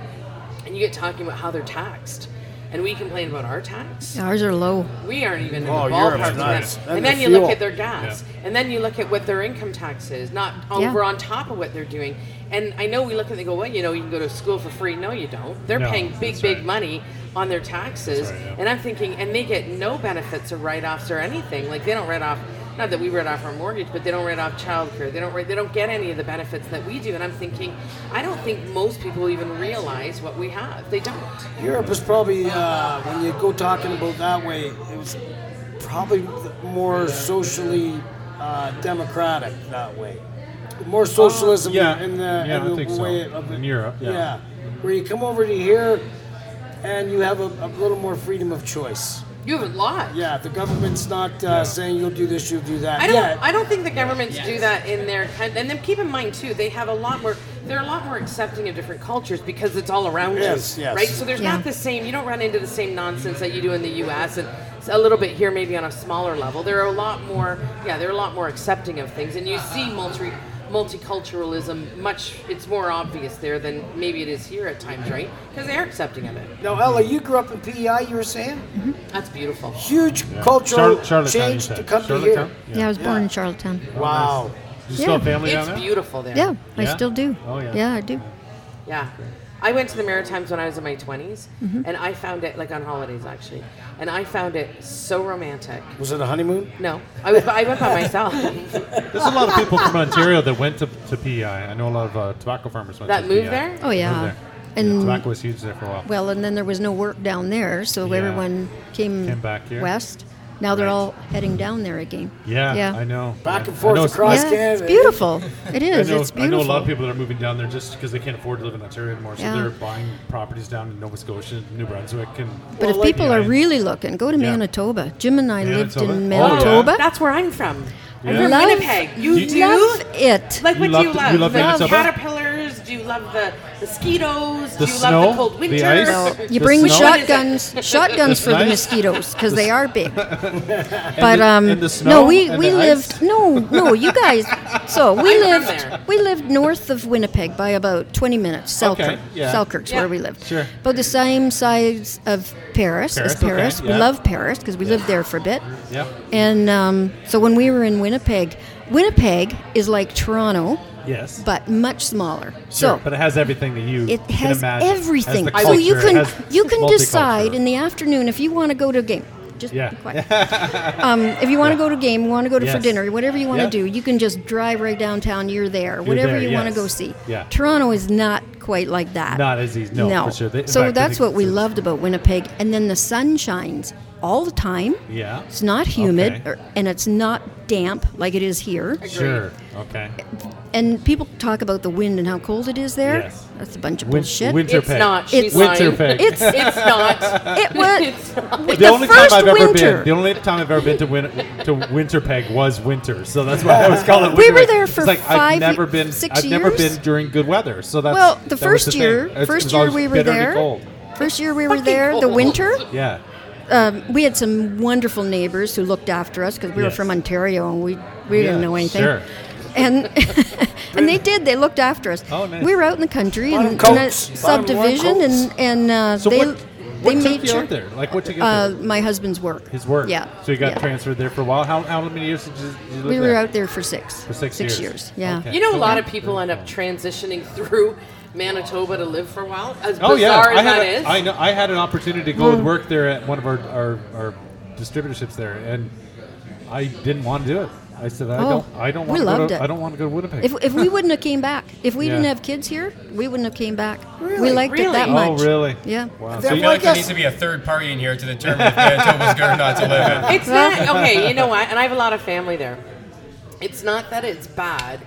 [SPEAKER 2] And you get talking about how they're taxed, and we complain about our tax
[SPEAKER 4] Ours are low.
[SPEAKER 2] we aren't even in
[SPEAKER 3] Oh,
[SPEAKER 2] the
[SPEAKER 3] Europe's
[SPEAKER 2] ballpark. of
[SPEAKER 3] nuts.
[SPEAKER 2] that.
[SPEAKER 3] And
[SPEAKER 2] And
[SPEAKER 3] the
[SPEAKER 2] then you look
[SPEAKER 3] fuel.
[SPEAKER 2] at their gas, and then you look at what their income tax is, not
[SPEAKER 4] Yeah.
[SPEAKER 2] over on top of what they're doing. And I know we look at it and go, well, you know, you can go to school for free. No, you don't. They're
[SPEAKER 1] No,
[SPEAKER 2] paying big,
[SPEAKER 1] that's
[SPEAKER 2] big
[SPEAKER 1] right.
[SPEAKER 2] money on their taxes,
[SPEAKER 1] That's right, yeah.
[SPEAKER 2] and I'm thinking, and they get no benefits or write-offs or anything. Like they don't write off. Not that we write off our mortgage, but they don't write off childcare. They don't. write- They don't get any of the benefits that we do. And I'm thinking, I don't think most people even realize what we have. They don't.
[SPEAKER 3] Europe is probably uh, when you go talking about that way, it was probably more socially uh, democratic that way. More socialism
[SPEAKER 1] Oh, yeah.
[SPEAKER 3] in the,
[SPEAKER 1] Yeah,
[SPEAKER 3] in
[SPEAKER 1] I
[SPEAKER 3] the
[SPEAKER 1] think so.
[SPEAKER 3] way of
[SPEAKER 1] In Europe, yeah.
[SPEAKER 3] where you come over to here and you have a, a little more freedom of choice.
[SPEAKER 2] You have a lot.
[SPEAKER 3] Yeah, the government's not uh, saying you'll do this, you'll do that.
[SPEAKER 2] I don't.
[SPEAKER 3] yeah,
[SPEAKER 2] I don't think the governments do that in their. coun- And then keep in mind too, they have a lot more. They're a lot more accepting of different cultures because it's all around
[SPEAKER 3] Yes,
[SPEAKER 2] you,
[SPEAKER 3] yes.
[SPEAKER 2] right? So there's
[SPEAKER 4] Yeah.
[SPEAKER 2] not the same. You don't run into the same nonsense that you do in the U.S. and it's a little bit here, maybe on a smaller level. They're a lot more. Yeah, they're a lot more accepting of things, and you see multi multiculturalism much. It's more obvious there than maybe it is here at times, right? Because they are accepting of it.
[SPEAKER 3] now, Ella, you grew up in PEI, you were saying?
[SPEAKER 2] That's beautiful.
[SPEAKER 3] Huge
[SPEAKER 1] Yeah.
[SPEAKER 3] cultural
[SPEAKER 1] Charlotte- Charlottetown, you
[SPEAKER 3] change
[SPEAKER 1] said.
[SPEAKER 3] to come to here.
[SPEAKER 1] Charlottetown? Oh,
[SPEAKER 4] Yeah, I was born
[SPEAKER 3] Yeah.
[SPEAKER 4] in Charlottetown.
[SPEAKER 3] Wow.
[SPEAKER 1] Did you still have
[SPEAKER 4] Yeah.
[SPEAKER 1] family down
[SPEAKER 2] It's
[SPEAKER 1] there?
[SPEAKER 2] beautiful there.
[SPEAKER 4] Yeah, I
[SPEAKER 1] Yeah?
[SPEAKER 4] still do.
[SPEAKER 1] Oh, yeah.
[SPEAKER 4] Yeah, I do.
[SPEAKER 2] Yeah. I went to the Maritimes when I was in my 20s,
[SPEAKER 4] Mm-hmm.
[SPEAKER 2] and I found it, like on holidays actually, and I found it so romantic.
[SPEAKER 3] Was it a honeymoon?
[SPEAKER 2] No, I, was, I went by myself. Oh,
[SPEAKER 1] There's a lot of people from Ontario that went to, to PEI. I know a lot of uh, tobacco farmers went
[SPEAKER 2] That
[SPEAKER 1] to PEI.
[SPEAKER 2] moved there?
[SPEAKER 4] Oh, yeah.
[SPEAKER 1] Moved there.
[SPEAKER 4] And-
[SPEAKER 1] tobacco was huge there for a while.
[SPEAKER 4] Well, and then there was no work down there, so
[SPEAKER 1] Yeah.
[SPEAKER 4] everyone came,
[SPEAKER 1] Came back here.
[SPEAKER 4] west. Now they're
[SPEAKER 1] Right.
[SPEAKER 4] all heading down there again.
[SPEAKER 1] yeah,
[SPEAKER 4] yeah.
[SPEAKER 1] I know.
[SPEAKER 3] Back and
[SPEAKER 1] I
[SPEAKER 3] forth
[SPEAKER 1] know it's-
[SPEAKER 2] Oh,
[SPEAKER 3] across-
[SPEAKER 4] Yeah,
[SPEAKER 3] Canada.
[SPEAKER 4] it's beautiful. It
[SPEAKER 1] I
[SPEAKER 4] is.
[SPEAKER 1] know,
[SPEAKER 4] it's
[SPEAKER 1] I know a
[SPEAKER 4] beautiful.
[SPEAKER 1] lot of people that are moving down there just because they can't afford to live in Ontario anymore, so
[SPEAKER 4] Yeah.
[SPEAKER 1] they're buying properties down in Nova Scotia, New Brunswick, and
[SPEAKER 4] But if
[SPEAKER 3] like-
[SPEAKER 4] people are
[SPEAKER 1] Yeah.
[SPEAKER 4] really looking, go to
[SPEAKER 1] Yeah.
[SPEAKER 4] Manitoba. Jim and I lived in
[SPEAKER 1] Manitoba? Oh, yeah.
[SPEAKER 4] Manitoba.
[SPEAKER 2] That's where I'm from. I'm
[SPEAKER 1] Yeah.
[SPEAKER 2] from
[SPEAKER 4] Love-
[SPEAKER 2] Winnipeg. You,
[SPEAKER 1] You-
[SPEAKER 2] do?
[SPEAKER 4] Love it.
[SPEAKER 2] Like,
[SPEAKER 1] You
[SPEAKER 2] what
[SPEAKER 1] love
[SPEAKER 2] do you
[SPEAKER 1] the-
[SPEAKER 2] love?
[SPEAKER 1] you love Manitoba?
[SPEAKER 2] caterpillars? Do you love the mosquitoes?
[SPEAKER 1] The
[SPEAKER 2] do you
[SPEAKER 1] snow?
[SPEAKER 2] love the cold
[SPEAKER 1] The
[SPEAKER 2] winter?
[SPEAKER 1] ice?
[SPEAKER 4] No, you
[SPEAKER 1] The
[SPEAKER 4] bring
[SPEAKER 1] snow?
[SPEAKER 4] shotguns, shotguns for the
[SPEAKER 1] snow?
[SPEAKER 4] mosquitoes because they are big.
[SPEAKER 1] and
[SPEAKER 4] But
[SPEAKER 1] the-
[SPEAKER 4] um,
[SPEAKER 1] and the snow
[SPEAKER 4] no, we
[SPEAKER 1] and
[SPEAKER 4] we
[SPEAKER 1] the ice.
[SPEAKER 4] lived no no you guys. So we
[SPEAKER 2] I'm from there.
[SPEAKER 4] lived we lived north of Winnipeg by about twenty minutes. Selkirk,
[SPEAKER 1] yeah.
[SPEAKER 4] Selkirk's
[SPEAKER 2] Yeah.
[SPEAKER 4] where we lived.
[SPEAKER 1] Sure.
[SPEAKER 4] About the same size of Paris,
[SPEAKER 1] Paris,
[SPEAKER 4] as
[SPEAKER 1] okay,
[SPEAKER 4] Paris. We
[SPEAKER 1] yeah.
[SPEAKER 4] love Paris because we lived there for a bit.
[SPEAKER 1] Yeah.
[SPEAKER 4] And um, so when we were in Winnipeg, Winnipeg is like Toronto
[SPEAKER 1] Yes.
[SPEAKER 4] but much smaller.
[SPEAKER 1] Sure,
[SPEAKER 4] so
[SPEAKER 1] but it has everything that you
[SPEAKER 4] it
[SPEAKER 1] can
[SPEAKER 4] has
[SPEAKER 1] imagine.
[SPEAKER 4] everything.
[SPEAKER 1] Has the
[SPEAKER 4] so you
[SPEAKER 1] culture,
[SPEAKER 4] can
[SPEAKER 1] has
[SPEAKER 4] you can
[SPEAKER 1] multicultural.
[SPEAKER 4] decide in the afternoon if you want to go to a game. Just
[SPEAKER 1] Yeah.
[SPEAKER 4] be quiet. um, if you want to go to a game, want to go to for
[SPEAKER 1] Yes.
[SPEAKER 4] dinner, whatever you want to
[SPEAKER 1] Yeah.
[SPEAKER 4] do, you can just drive right downtown. You're there. whatever
[SPEAKER 1] there,
[SPEAKER 4] you want to
[SPEAKER 1] yes.
[SPEAKER 4] go see.
[SPEAKER 1] Yeah.
[SPEAKER 4] Toronto is not quite like that.
[SPEAKER 1] Not as easy. No, for sure. They- in
[SPEAKER 4] so
[SPEAKER 1] fact, I
[SPEAKER 4] that's
[SPEAKER 1] think
[SPEAKER 4] what we
[SPEAKER 1] it's-
[SPEAKER 4] loved about Winnipeg. And then the sun shines all the time.
[SPEAKER 1] Yeah.
[SPEAKER 4] It's not humid
[SPEAKER 1] Okay.
[SPEAKER 4] or, and it's not damp like it is here.
[SPEAKER 1] Sure. Okay.
[SPEAKER 4] And people talk about the wind and how cold it is there.
[SPEAKER 1] Yes.
[SPEAKER 4] That's a bunch of
[SPEAKER 1] Win-
[SPEAKER 4] bullshit.
[SPEAKER 1] winter
[SPEAKER 2] It's
[SPEAKER 1] peg.
[SPEAKER 2] not. She's
[SPEAKER 4] It's-
[SPEAKER 2] lying.
[SPEAKER 1] Winter peg.
[SPEAKER 4] It's
[SPEAKER 2] It's not.
[SPEAKER 4] It was
[SPEAKER 2] It's not.
[SPEAKER 4] the,
[SPEAKER 1] the only time
[SPEAKER 4] first
[SPEAKER 1] I've ever
[SPEAKER 4] winter.
[SPEAKER 1] been. The only time I've ever been to win- to Winterpeg was winter, so that's why I always call it.
[SPEAKER 4] We
[SPEAKER 1] Winterpeg.
[SPEAKER 4] were there for
[SPEAKER 1] it's like
[SPEAKER 4] five
[SPEAKER 1] I've never
[SPEAKER 4] ye-
[SPEAKER 1] been.
[SPEAKER 4] six
[SPEAKER 1] I've never
[SPEAKER 4] years?
[SPEAKER 1] been during good weather, so that's
[SPEAKER 4] well, the
[SPEAKER 1] that was
[SPEAKER 4] first
[SPEAKER 1] the thing.
[SPEAKER 4] year,
[SPEAKER 1] It's- it
[SPEAKER 4] first
[SPEAKER 1] was
[SPEAKER 4] year
[SPEAKER 1] always
[SPEAKER 4] we were
[SPEAKER 1] bitterly
[SPEAKER 4] there.
[SPEAKER 1] cold.
[SPEAKER 4] First year we were
[SPEAKER 2] Fucking
[SPEAKER 4] there. The
[SPEAKER 2] cold.
[SPEAKER 4] winter,
[SPEAKER 1] Yeah.
[SPEAKER 4] um, we had some wonderful neighbors who looked after us because we
[SPEAKER 1] Yes.
[SPEAKER 4] were from Ontario and we we
[SPEAKER 1] Yeah,
[SPEAKER 4] didn't know anything.
[SPEAKER 1] sure.
[SPEAKER 4] And and they did. They looked after us.
[SPEAKER 1] Oh, nice.
[SPEAKER 4] We were out in the country
[SPEAKER 3] Bottom
[SPEAKER 4] in, in a
[SPEAKER 3] coats. Bottom
[SPEAKER 4] subdivision,
[SPEAKER 3] warm
[SPEAKER 4] and and uh,
[SPEAKER 1] So
[SPEAKER 4] they
[SPEAKER 1] what? What
[SPEAKER 4] they
[SPEAKER 1] took
[SPEAKER 4] made
[SPEAKER 1] you
[SPEAKER 4] sure
[SPEAKER 1] out there? Like what took you out
[SPEAKER 4] Uh,
[SPEAKER 1] there?
[SPEAKER 4] my husband's work.
[SPEAKER 1] His work.
[SPEAKER 4] Yeah.
[SPEAKER 1] So you got
[SPEAKER 4] yeah.
[SPEAKER 1] transferred there for a while. How how many years did you, did you live
[SPEAKER 4] We
[SPEAKER 1] there?
[SPEAKER 4] were out there for six.
[SPEAKER 1] for six,
[SPEAKER 4] years. Yeah.
[SPEAKER 1] Okay.
[SPEAKER 2] You know, a lot of
[SPEAKER 1] Okay.
[SPEAKER 2] people end up transitioning through Manitoba to live for a while. As bizarre
[SPEAKER 1] Oh yeah, I
[SPEAKER 2] as
[SPEAKER 1] had
[SPEAKER 2] that
[SPEAKER 1] a-
[SPEAKER 2] is,
[SPEAKER 1] I know. I had an opportunity to
[SPEAKER 4] Hmm.
[SPEAKER 1] go and work there at one of our, our our distributorships there, and I didn't want to do it. I said I
[SPEAKER 4] Oh,
[SPEAKER 1] don't. I don't
[SPEAKER 4] we
[SPEAKER 1] want.
[SPEAKER 4] loved
[SPEAKER 1] to,
[SPEAKER 4] it.
[SPEAKER 1] I don't want to go to Winnipeg.
[SPEAKER 4] If, if we wouldn't have came back, if we
[SPEAKER 1] Yeah.
[SPEAKER 4] didn't have kids here, we wouldn't have came back. We
[SPEAKER 3] Really?
[SPEAKER 4] liked it that
[SPEAKER 2] Really?
[SPEAKER 1] oh
[SPEAKER 4] much.
[SPEAKER 1] really?
[SPEAKER 4] Yeah.
[SPEAKER 1] Wow.
[SPEAKER 3] They're
[SPEAKER 1] So you
[SPEAKER 5] feel like
[SPEAKER 1] like
[SPEAKER 5] there needs to be a third party in here to determine if Manitoba's good or not to live in.
[SPEAKER 2] It's not okay. You know what? And I have a lot of family there. It's not that it's bad.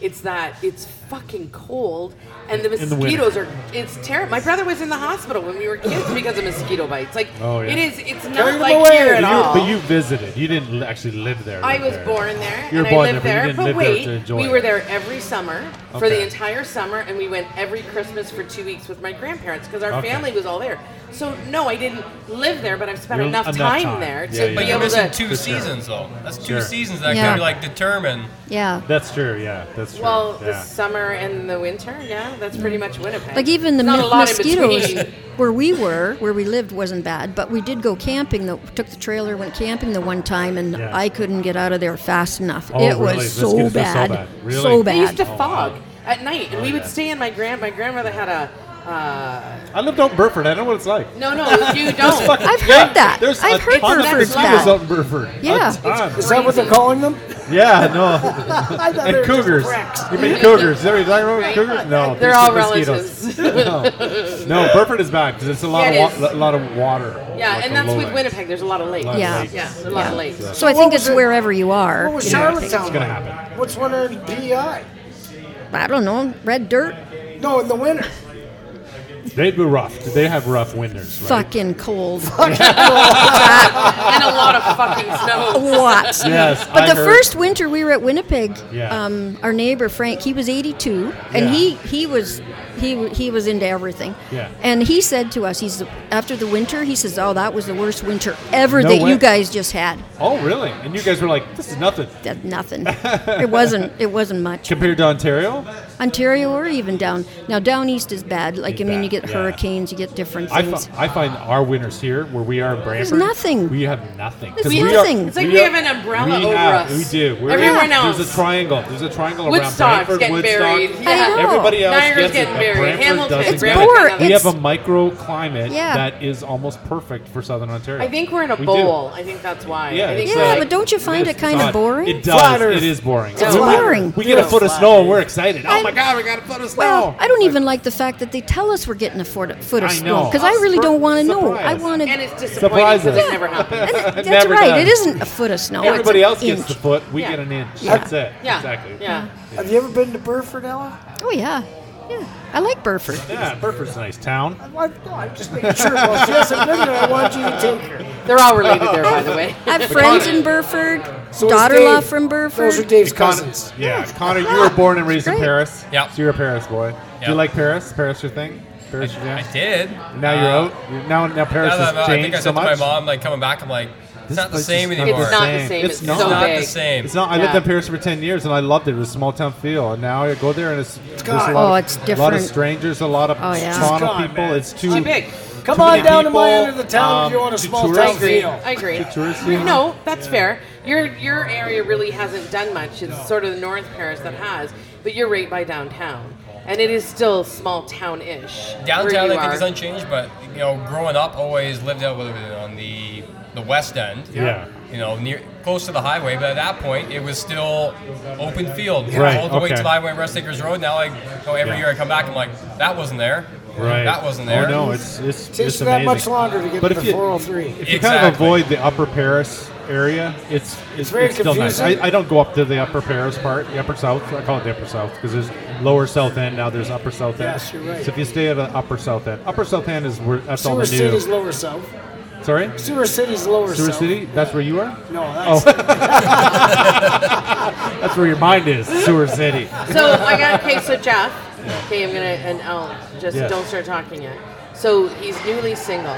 [SPEAKER 2] It's that it's fucking cold, and the
[SPEAKER 1] In the
[SPEAKER 2] mosquitoes are. It's terrible. My brother was in the hospital when we were kids because of mosquito bites. Like
[SPEAKER 1] Oh, yeah.
[SPEAKER 2] it is. It's
[SPEAKER 3] Carry
[SPEAKER 2] not
[SPEAKER 3] them
[SPEAKER 2] like
[SPEAKER 3] away.
[SPEAKER 2] here
[SPEAKER 1] but
[SPEAKER 2] at
[SPEAKER 1] you,
[SPEAKER 2] all.
[SPEAKER 1] but you visited. You didn't li- actually live there.
[SPEAKER 2] I
[SPEAKER 1] live
[SPEAKER 2] was
[SPEAKER 1] there.
[SPEAKER 2] born there,
[SPEAKER 1] You were
[SPEAKER 2] and
[SPEAKER 1] born
[SPEAKER 2] I lived
[SPEAKER 1] there,
[SPEAKER 2] there.
[SPEAKER 1] but you didn't live there
[SPEAKER 2] wait,
[SPEAKER 1] to enjoy
[SPEAKER 2] we
[SPEAKER 1] it.
[SPEAKER 2] were there every summer for
[SPEAKER 1] Okay.
[SPEAKER 2] the entire summer, and we went every Christmas for two weeks with my grandparents because our
[SPEAKER 1] Okay.
[SPEAKER 2] family was all there. So no, I didn't live there, but I've spent
[SPEAKER 1] You're-
[SPEAKER 2] enough,
[SPEAKER 1] enough
[SPEAKER 2] time,
[SPEAKER 1] time.
[SPEAKER 2] there
[SPEAKER 1] Yeah,
[SPEAKER 2] to
[SPEAKER 1] yeah.
[SPEAKER 2] be
[SPEAKER 5] But you're
[SPEAKER 2] able
[SPEAKER 5] missing
[SPEAKER 2] to.
[SPEAKER 5] two seasons though. That's two
[SPEAKER 1] Sure.
[SPEAKER 5] seasons that
[SPEAKER 4] Yeah.
[SPEAKER 5] can be like determined.
[SPEAKER 4] Yeah.
[SPEAKER 1] That's true. Yeah. That's true.
[SPEAKER 2] Well, the
[SPEAKER 1] yeah.
[SPEAKER 2] summer and the winter, yeah, that's pretty much Winnipeg.
[SPEAKER 4] Like even the
[SPEAKER 2] There's
[SPEAKER 4] mi-
[SPEAKER 2] not a lot in
[SPEAKER 4] mosquitoes
[SPEAKER 2] between.
[SPEAKER 4] where we were, where we lived, wasn't bad. But we did go camping. Though took the trailer, went camping the one time, and
[SPEAKER 1] Yeah.
[SPEAKER 4] I couldn't get out of there fast enough.
[SPEAKER 1] Oh,
[SPEAKER 4] it
[SPEAKER 1] really?
[SPEAKER 4] was
[SPEAKER 1] This
[SPEAKER 4] so
[SPEAKER 1] gets- this is so
[SPEAKER 4] bad,
[SPEAKER 1] bad. Really?
[SPEAKER 4] so
[SPEAKER 1] They
[SPEAKER 2] They used to
[SPEAKER 4] bad.
[SPEAKER 1] Oh, wow. Oh,
[SPEAKER 2] fog at night, and we would
[SPEAKER 1] yeah.
[SPEAKER 2] stay in my grand. My grandmother had a. Uh,
[SPEAKER 1] I lived out in Burford. I know what it's like.
[SPEAKER 2] no, no, you don't.
[SPEAKER 4] I've heard that.
[SPEAKER 1] There's
[SPEAKER 4] I've
[SPEAKER 1] a
[SPEAKER 4] heard
[SPEAKER 1] ton of
[SPEAKER 4] Burford's
[SPEAKER 1] mosquitoes
[SPEAKER 4] bad.
[SPEAKER 1] out in Burford. A
[SPEAKER 4] Yeah. It's
[SPEAKER 1] ton.
[SPEAKER 3] Is that what they're calling them?
[SPEAKER 1] Yeah, no.
[SPEAKER 3] I thought they
[SPEAKER 1] and
[SPEAKER 3] were just
[SPEAKER 1] cougars.
[SPEAKER 3] bricks.
[SPEAKER 1] You mean cougars? Is that what you're talking about?
[SPEAKER 2] Right.
[SPEAKER 1] Cougars? No,
[SPEAKER 2] They're
[SPEAKER 1] there's
[SPEAKER 2] all
[SPEAKER 1] mosquitoes.
[SPEAKER 2] relatives.
[SPEAKER 1] No, Burford is bad because it's a lot
[SPEAKER 2] Yeah,
[SPEAKER 1] of
[SPEAKER 2] it
[SPEAKER 1] wa- a lot of water.
[SPEAKER 2] Yeah,
[SPEAKER 1] like
[SPEAKER 2] and
[SPEAKER 1] the
[SPEAKER 2] that's with
[SPEAKER 1] lowlands.
[SPEAKER 2] Winnipeg. There's a lot of lakes.
[SPEAKER 1] Lot of
[SPEAKER 4] Yeah.
[SPEAKER 1] lakes.
[SPEAKER 2] Yeah, there's a lot of lakes.
[SPEAKER 4] So I
[SPEAKER 3] What
[SPEAKER 4] think
[SPEAKER 3] was
[SPEAKER 4] it's
[SPEAKER 3] it-
[SPEAKER 4] wherever you are.
[SPEAKER 3] What was
[SPEAKER 4] you know,
[SPEAKER 3] Charlottetown?
[SPEAKER 1] It's gonna
[SPEAKER 3] like?
[SPEAKER 1] happen.
[SPEAKER 3] What's one of PI?
[SPEAKER 4] I don't know. Red dirt,
[SPEAKER 3] No, in the winter.
[SPEAKER 1] They'd be rough. They have rough winters, right?
[SPEAKER 4] fucking cold.
[SPEAKER 2] and a lot of fucking snow.
[SPEAKER 4] lots.
[SPEAKER 1] Yes,
[SPEAKER 4] But
[SPEAKER 1] I
[SPEAKER 4] the
[SPEAKER 1] heard.
[SPEAKER 4] first winter we were at Winnipeg,
[SPEAKER 1] Yeah.
[SPEAKER 4] um, our neighbor Frank, he was 82, and
[SPEAKER 1] Yeah.
[SPEAKER 4] he he was he he was into everything.
[SPEAKER 1] Yeah.
[SPEAKER 4] And he said to us, he's after the winter, he says, "Oh, that was the worst winter ever
[SPEAKER 1] No
[SPEAKER 4] that
[SPEAKER 1] way.
[SPEAKER 4] you guys just had."
[SPEAKER 1] Oh, really? And you guys were like, this is nothing
[SPEAKER 4] That nothing. it wasn't. It wasn't much.
[SPEAKER 1] compared to Ontario.
[SPEAKER 4] Ontario or even down. Now, down east is bad. Like,
[SPEAKER 1] It's
[SPEAKER 4] I mean, you
[SPEAKER 1] bad,
[SPEAKER 4] get
[SPEAKER 1] yeah.
[SPEAKER 4] hurricanes, you get different
[SPEAKER 1] I,
[SPEAKER 4] things.
[SPEAKER 1] fi- I find our winters here, where we are in Brantford,
[SPEAKER 4] nothing.
[SPEAKER 1] We have nothing.
[SPEAKER 4] There's
[SPEAKER 1] 'Cause
[SPEAKER 4] nothing.
[SPEAKER 1] Are,
[SPEAKER 4] It's
[SPEAKER 2] like we have an umbrella
[SPEAKER 1] we
[SPEAKER 2] over
[SPEAKER 1] have-
[SPEAKER 2] us.
[SPEAKER 1] We do. We're
[SPEAKER 2] Everyone
[SPEAKER 1] in, There's
[SPEAKER 2] else.
[SPEAKER 1] a triangle. There's a triangle
[SPEAKER 2] Woodstock's
[SPEAKER 1] around Brantford,
[SPEAKER 2] getting
[SPEAKER 1] Woodstock.
[SPEAKER 2] buried.
[SPEAKER 4] I
[SPEAKER 2] Yeah.
[SPEAKER 4] know.
[SPEAKER 1] Everybody else
[SPEAKER 2] Oh, Niagara's
[SPEAKER 1] gets
[SPEAKER 2] getting
[SPEAKER 1] it, but
[SPEAKER 2] baried.
[SPEAKER 1] Brantford
[SPEAKER 2] Hamilton's
[SPEAKER 1] doesn't
[SPEAKER 4] It's
[SPEAKER 1] get it.
[SPEAKER 4] poor.
[SPEAKER 1] We
[SPEAKER 4] It's-
[SPEAKER 1] have a microclimate
[SPEAKER 4] Yeah.
[SPEAKER 1] that is almost perfect for Southern Ontario.
[SPEAKER 2] I think we're in a
[SPEAKER 1] We do.
[SPEAKER 2] bowl. I think that's why.
[SPEAKER 1] Yeah,
[SPEAKER 2] I think
[SPEAKER 1] it's
[SPEAKER 4] Yeah,
[SPEAKER 1] like-
[SPEAKER 4] but don't you find
[SPEAKER 1] is.
[SPEAKER 4] it kinda
[SPEAKER 1] It's odd.
[SPEAKER 4] boring?
[SPEAKER 1] It
[SPEAKER 3] Flat
[SPEAKER 1] does.
[SPEAKER 3] Earth.
[SPEAKER 1] It is boring.
[SPEAKER 4] It's
[SPEAKER 2] No.
[SPEAKER 4] boring.
[SPEAKER 1] We get a
[SPEAKER 3] It's
[SPEAKER 1] foot of
[SPEAKER 3] flat
[SPEAKER 1] snow
[SPEAKER 3] Earth.
[SPEAKER 1] and we're excited. Oh
[SPEAKER 4] I'm-
[SPEAKER 1] my god, we got a foot of snow.
[SPEAKER 4] Well, I don't even like the fact that they tell us we're getting a foot of, foot of
[SPEAKER 1] I
[SPEAKER 4] snow
[SPEAKER 1] know.
[SPEAKER 4] because I really don't want to know. I
[SPEAKER 1] Surprise.
[SPEAKER 4] want to.
[SPEAKER 2] And it's disappointing
[SPEAKER 1] Surprises.
[SPEAKER 2] because it
[SPEAKER 1] Yeah.
[SPEAKER 2] never happens.
[SPEAKER 4] And th-
[SPEAKER 1] It
[SPEAKER 4] that's
[SPEAKER 1] never
[SPEAKER 4] right.
[SPEAKER 1] does.
[SPEAKER 4] It isn't a foot of snow. it's
[SPEAKER 1] Everybody
[SPEAKER 4] an
[SPEAKER 1] else gets
[SPEAKER 4] inch.
[SPEAKER 1] the foot. We
[SPEAKER 2] Yeah.
[SPEAKER 1] get an inch.
[SPEAKER 4] Yeah.
[SPEAKER 1] That's it.
[SPEAKER 2] Yeah.
[SPEAKER 1] Exactly.
[SPEAKER 2] Yeah.
[SPEAKER 3] Have you ever been to Burford, Ella?
[SPEAKER 4] Oh yeah, yeah. I like Burford.
[SPEAKER 1] Yeah. Burford's a nice town.
[SPEAKER 3] I, I, no, I'm just making sure. Well, she hasn't been there. I want you to take her.
[SPEAKER 2] They're all related there, by the way.
[SPEAKER 4] I have friends in Burford.
[SPEAKER 3] So is
[SPEAKER 4] daughter-in-law
[SPEAKER 3] Dave.
[SPEAKER 4] from
[SPEAKER 3] Those are
[SPEAKER 4] Burford.
[SPEAKER 3] Dave's
[SPEAKER 1] Con-
[SPEAKER 3] cousins.
[SPEAKER 1] yeah. Connor, you were born and raised in
[SPEAKER 4] Great.
[SPEAKER 1] Paris.
[SPEAKER 5] Yeah.
[SPEAKER 1] So you're a Paris boy. Do
[SPEAKER 5] Yeah.
[SPEAKER 1] you like Paris? Paris your thing? Paris your jam?
[SPEAKER 5] I did.
[SPEAKER 1] Now
[SPEAKER 5] Uh,
[SPEAKER 1] you're out. You're- Now, now Paris
[SPEAKER 5] now that
[SPEAKER 1] has
[SPEAKER 5] I'm out, I
[SPEAKER 1] changed
[SPEAKER 5] think I
[SPEAKER 1] so
[SPEAKER 5] said to
[SPEAKER 1] much.
[SPEAKER 5] my mom, like coming back, I'm like, it's
[SPEAKER 1] This
[SPEAKER 5] not the
[SPEAKER 1] place
[SPEAKER 5] same
[SPEAKER 1] is
[SPEAKER 5] anymore.
[SPEAKER 2] It's not the same.
[SPEAKER 1] It's
[SPEAKER 2] It's,
[SPEAKER 1] not.
[SPEAKER 2] so
[SPEAKER 5] It's not
[SPEAKER 2] big.
[SPEAKER 5] the same.
[SPEAKER 1] It's not. I lived
[SPEAKER 2] Yeah.
[SPEAKER 1] in Paris for ten years and I loved it. It was a small town feel, and now I go there and it's there's
[SPEAKER 3] gone.
[SPEAKER 1] a lot
[SPEAKER 4] Oh,
[SPEAKER 1] of,
[SPEAKER 4] it's
[SPEAKER 1] A lot of
[SPEAKER 4] different.
[SPEAKER 1] strangers, a lot of
[SPEAKER 4] Oh, yeah. It's
[SPEAKER 1] Toronto
[SPEAKER 3] gone,
[SPEAKER 1] people.
[SPEAKER 3] man.
[SPEAKER 1] It's too
[SPEAKER 2] Too big.
[SPEAKER 3] Come
[SPEAKER 1] Too
[SPEAKER 3] on
[SPEAKER 1] many
[SPEAKER 3] down to my
[SPEAKER 1] people,
[SPEAKER 3] end of the town if you
[SPEAKER 1] um,
[SPEAKER 3] want a
[SPEAKER 1] to
[SPEAKER 3] small
[SPEAKER 2] I
[SPEAKER 1] tourists.
[SPEAKER 3] town
[SPEAKER 2] agree.
[SPEAKER 3] feel.
[SPEAKER 2] I agree.
[SPEAKER 1] It's touristy.
[SPEAKER 2] We- No, that's fair. Your your area really hasn't done much. It's sort of the North Paris that has, but you're right by downtown, and it is still small town-ish. where
[SPEAKER 5] Downtown,
[SPEAKER 2] you
[SPEAKER 5] I think,
[SPEAKER 2] are.
[SPEAKER 5] is unchinged, but you know, growing up, always lived out with it on the the west end.
[SPEAKER 1] Yeah.
[SPEAKER 5] You know, near close to the highway, but at that point, it was still open field.
[SPEAKER 1] Right,
[SPEAKER 5] All the way
[SPEAKER 1] okay.
[SPEAKER 5] to the highway, Rest Acres Road. Now, like, you know, every
[SPEAKER 1] Yeah.
[SPEAKER 5] year I come back, I'm like, that wasn't there. That wasn't there.
[SPEAKER 1] Oh no, it's it's
[SPEAKER 3] Takes
[SPEAKER 1] it's
[SPEAKER 3] you that
[SPEAKER 1] amazing.
[SPEAKER 3] much longer to get
[SPEAKER 1] But
[SPEAKER 3] to
[SPEAKER 1] if
[SPEAKER 3] the
[SPEAKER 1] you-
[SPEAKER 3] 403.
[SPEAKER 1] If you kind of
[SPEAKER 5] Exactly.
[SPEAKER 1] avoid the upper Paris area, it's it's,
[SPEAKER 3] very
[SPEAKER 1] it's still nice.
[SPEAKER 3] confusing.
[SPEAKER 1] I, I don't go up to the upper Paris part, the upper south. I call it the upper south because there's lower south end now. There's upper south end.
[SPEAKER 3] Yes, you're right.
[SPEAKER 1] So if you stay at the upper south end, upper south end is where that's all
[SPEAKER 3] Sewer
[SPEAKER 1] the new.
[SPEAKER 3] City's lower south.
[SPEAKER 1] Sorry,
[SPEAKER 3] Sewer City's lower
[SPEAKER 1] Sewer
[SPEAKER 3] south.
[SPEAKER 1] City. Oh. That's where you are.
[SPEAKER 3] No, that's
[SPEAKER 1] That's where your mind is. Sewer City.
[SPEAKER 2] So I got okay. So Jeff, okay, I'm gonna and I'll just
[SPEAKER 1] Yes.
[SPEAKER 2] don't start talking yet. So he's newly single.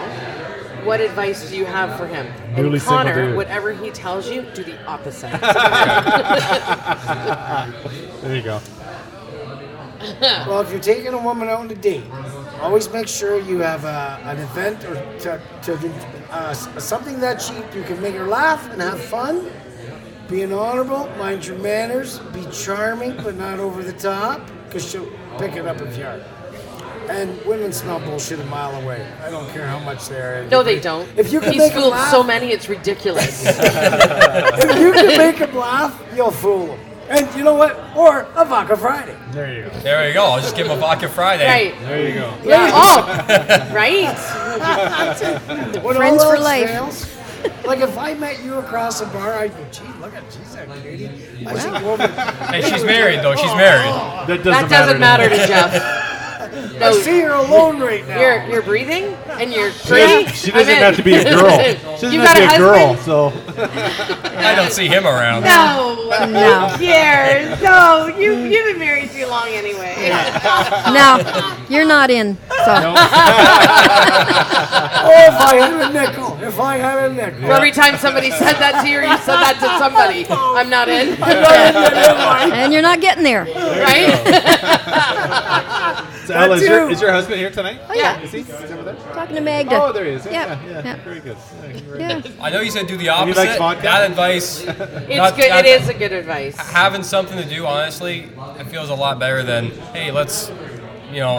[SPEAKER 2] What advice do you have for him?
[SPEAKER 1] Newly
[SPEAKER 2] and
[SPEAKER 1] single
[SPEAKER 2] Connor,
[SPEAKER 1] dude.
[SPEAKER 2] whatever he tells you, do the opposite.
[SPEAKER 1] There you go.
[SPEAKER 3] Well, if you're taking a woman out on a date, always make sure you have uh, an event or to, to, uh, s- something that she you can make her laugh and have fun. Being honorable, mind your manners, be charming but not over the top, because she'll pick it up if you are. And women smell bullshit a mile away. I don't care how much they're.
[SPEAKER 2] no, they don't.
[SPEAKER 3] If you can
[SPEAKER 2] he's
[SPEAKER 3] make 'em
[SPEAKER 2] fooled
[SPEAKER 3] laugh-
[SPEAKER 2] so many, it's ridiculous.
[SPEAKER 3] If you can make them laugh, you'll fool them. And you know what? Or a vodka Friday.
[SPEAKER 1] There you go.
[SPEAKER 5] There you go. I'll just give him a vodka Friday.
[SPEAKER 2] right?
[SPEAKER 1] There you go.
[SPEAKER 2] Yeah. Oh, right.
[SPEAKER 3] When
[SPEAKER 4] Friends
[SPEAKER 3] all
[SPEAKER 4] for
[SPEAKER 3] else
[SPEAKER 4] life.
[SPEAKER 3] fails, like if I met you across a bar, I'd go, gee, look at she's that lady. I should go over.
[SPEAKER 5] Hey, she's married though. She's married.
[SPEAKER 1] That doesn't,
[SPEAKER 2] That doesn't matter to
[SPEAKER 1] me.
[SPEAKER 2] Jeff.
[SPEAKER 3] I
[SPEAKER 2] No,
[SPEAKER 3] Oh, see you're alone right now.
[SPEAKER 2] You're you're breathing and you're
[SPEAKER 1] She,
[SPEAKER 2] pretty.
[SPEAKER 1] she doesn't have to be a girl. She doesn't
[SPEAKER 2] you
[SPEAKER 1] have
[SPEAKER 2] got
[SPEAKER 1] to be a girl.
[SPEAKER 2] husband?
[SPEAKER 1] So
[SPEAKER 5] I don't see him around.
[SPEAKER 2] No,
[SPEAKER 4] No.
[SPEAKER 2] who cares? No, you you've been married too long anyway.
[SPEAKER 4] Now, you're not in. So
[SPEAKER 3] Oh, if I had a nickel. If I had a nickel.
[SPEAKER 2] For every time somebody said that to you, or you said that to somebody. I'm not in,
[SPEAKER 4] and you're not getting there.
[SPEAKER 2] right?
[SPEAKER 1] So Ella, is your,
[SPEAKER 3] too.
[SPEAKER 1] is your husband here tonight?
[SPEAKER 4] Oh, yeah.
[SPEAKER 1] Is he? Is he over there?
[SPEAKER 4] Talking to Magda.
[SPEAKER 1] Oh, there he is. Yeah,
[SPEAKER 4] Yep,
[SPEAKER 1] yeah.
[SPEAKER 4] yep.
[SPEAKER 1] Very good. Yeah, you're right.
[SPEAKER 4] Yeah.
[SPEAKER 5] I know you said do the
[SPEAKER 1] he
[SPEAKER 5] opposite.
[SPEAKER 1] likes vodka?
[SPEAKER 5] That advice.
[SPEAKER 2] It's good. It is a good advice.
[SPEAKER 5] Having something to do, honestly, it feels a lot better than hey, let's you know,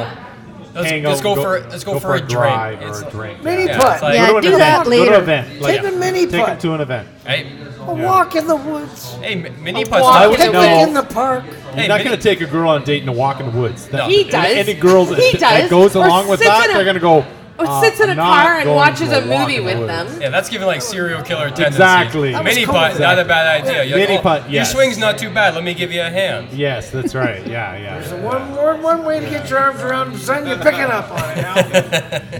[SPEAKER 5] let's,
[SPEAKER 1] Hang
[SPEAKER 5] let's
[SPEAKER 1] out,
[SPEAKER 5] go, for let's go, for, a drink.
[SPEAKER 1] drive
[SPEAKER 5] It's-
[SPEAKER 1] or a drink.
[SPEAKER 3] Mini
[SPEAKER 5] yeah,
[SPEAKER 3] putt.
[SPEAKER 5] it's like,
[SPEAKER 4] Yeah.
[SPEAKER 1] Go to an
[SPEAKER 4] do
[SPEAKER 1] event.
[SPEAKER 4] that
[SPEAKER 1] Go to
[SPEAKER 4] later.
[SPEAKER 1] an event. Like,
[SPEAKER 3] Take a mini
[SPEAKER 1] Take him
[SPEAKER 3] putt.
[SPEAKER 1] to an event.
[SPEAKER 5] hey,
[SPEAKER 3] A walk in the woods.
[SPEAKER 5] hey, mi- mini
[SPEAKER 2] A
[SPEAKER 5] putt's
[SPEAKER 2] walk
[SPEAKER 1] I
[SPEAKER 5] not
[SPEAKER 1] would-
[SPEAKER 3] Picnic
[SPEAKER 1] no.
[SPEAKER 3] in the park.
[SPEAKER 5] Hey,
[SPEAKER 1] You're not
[SPEAKER 5] mini-
[SPEAKER 1] going to take a girl on a date in a walk in the woods. That,
[SPEAKER 2] He
[SPEAKER 1] any-
[SPEAKER 2] does.
[SPEAKER 1] Any girl that,
[SPEAKER 2] He
[SPEAKER 1] that
[SPEAKER 2] does.
[SPEAKER 1] goes
[SPEAKER 2] Or
[SPEAKER 1] along with
[SPEAKER 2] sits
[SPEAKER 1] that,
[SPEAKER 2] in a-
[SPEAKER 1] they're going to go.
[SPEAKER 2] Or
[SPEAKER 1] uh,
[SPEAKER 2] Oh, sits in a
[SPEAKER 1] not
[SPEAKER 2] car and
[SPEAKER 1] going
[SPEAKER 2] watches
[SPEAKER 1] for
[SPEAKER 2] a
[SPEAKER 1] walk
[SPEAKER 2] movie
[SPEAKER 1] in the
[SPEAKER 2] with
[SPEAKER 1] woods.
[SPEAKER 2] them.
[SPEAKER 5] Yeah, that's giving like serial killer tendencies.
[SPEAKER 1] Exactly. That was
[SPEAKER 5] Mini
[SPEAKER 3] cool.
[SPEAKER 5] putt, not a bad idea. You're
[SPEAKER 1] Mini
[SPEAKER 5] like, oh,
[SPEAKER 1] putt, yes.
[SPEAKER 5] Your swing's not too bad. Let me give you a hand.
[SPEAKER 1] Yes, that's right. Yeah, yeah.
[SPEAKER 3] One, one, one way to get your arms around the sun, you're picking up on it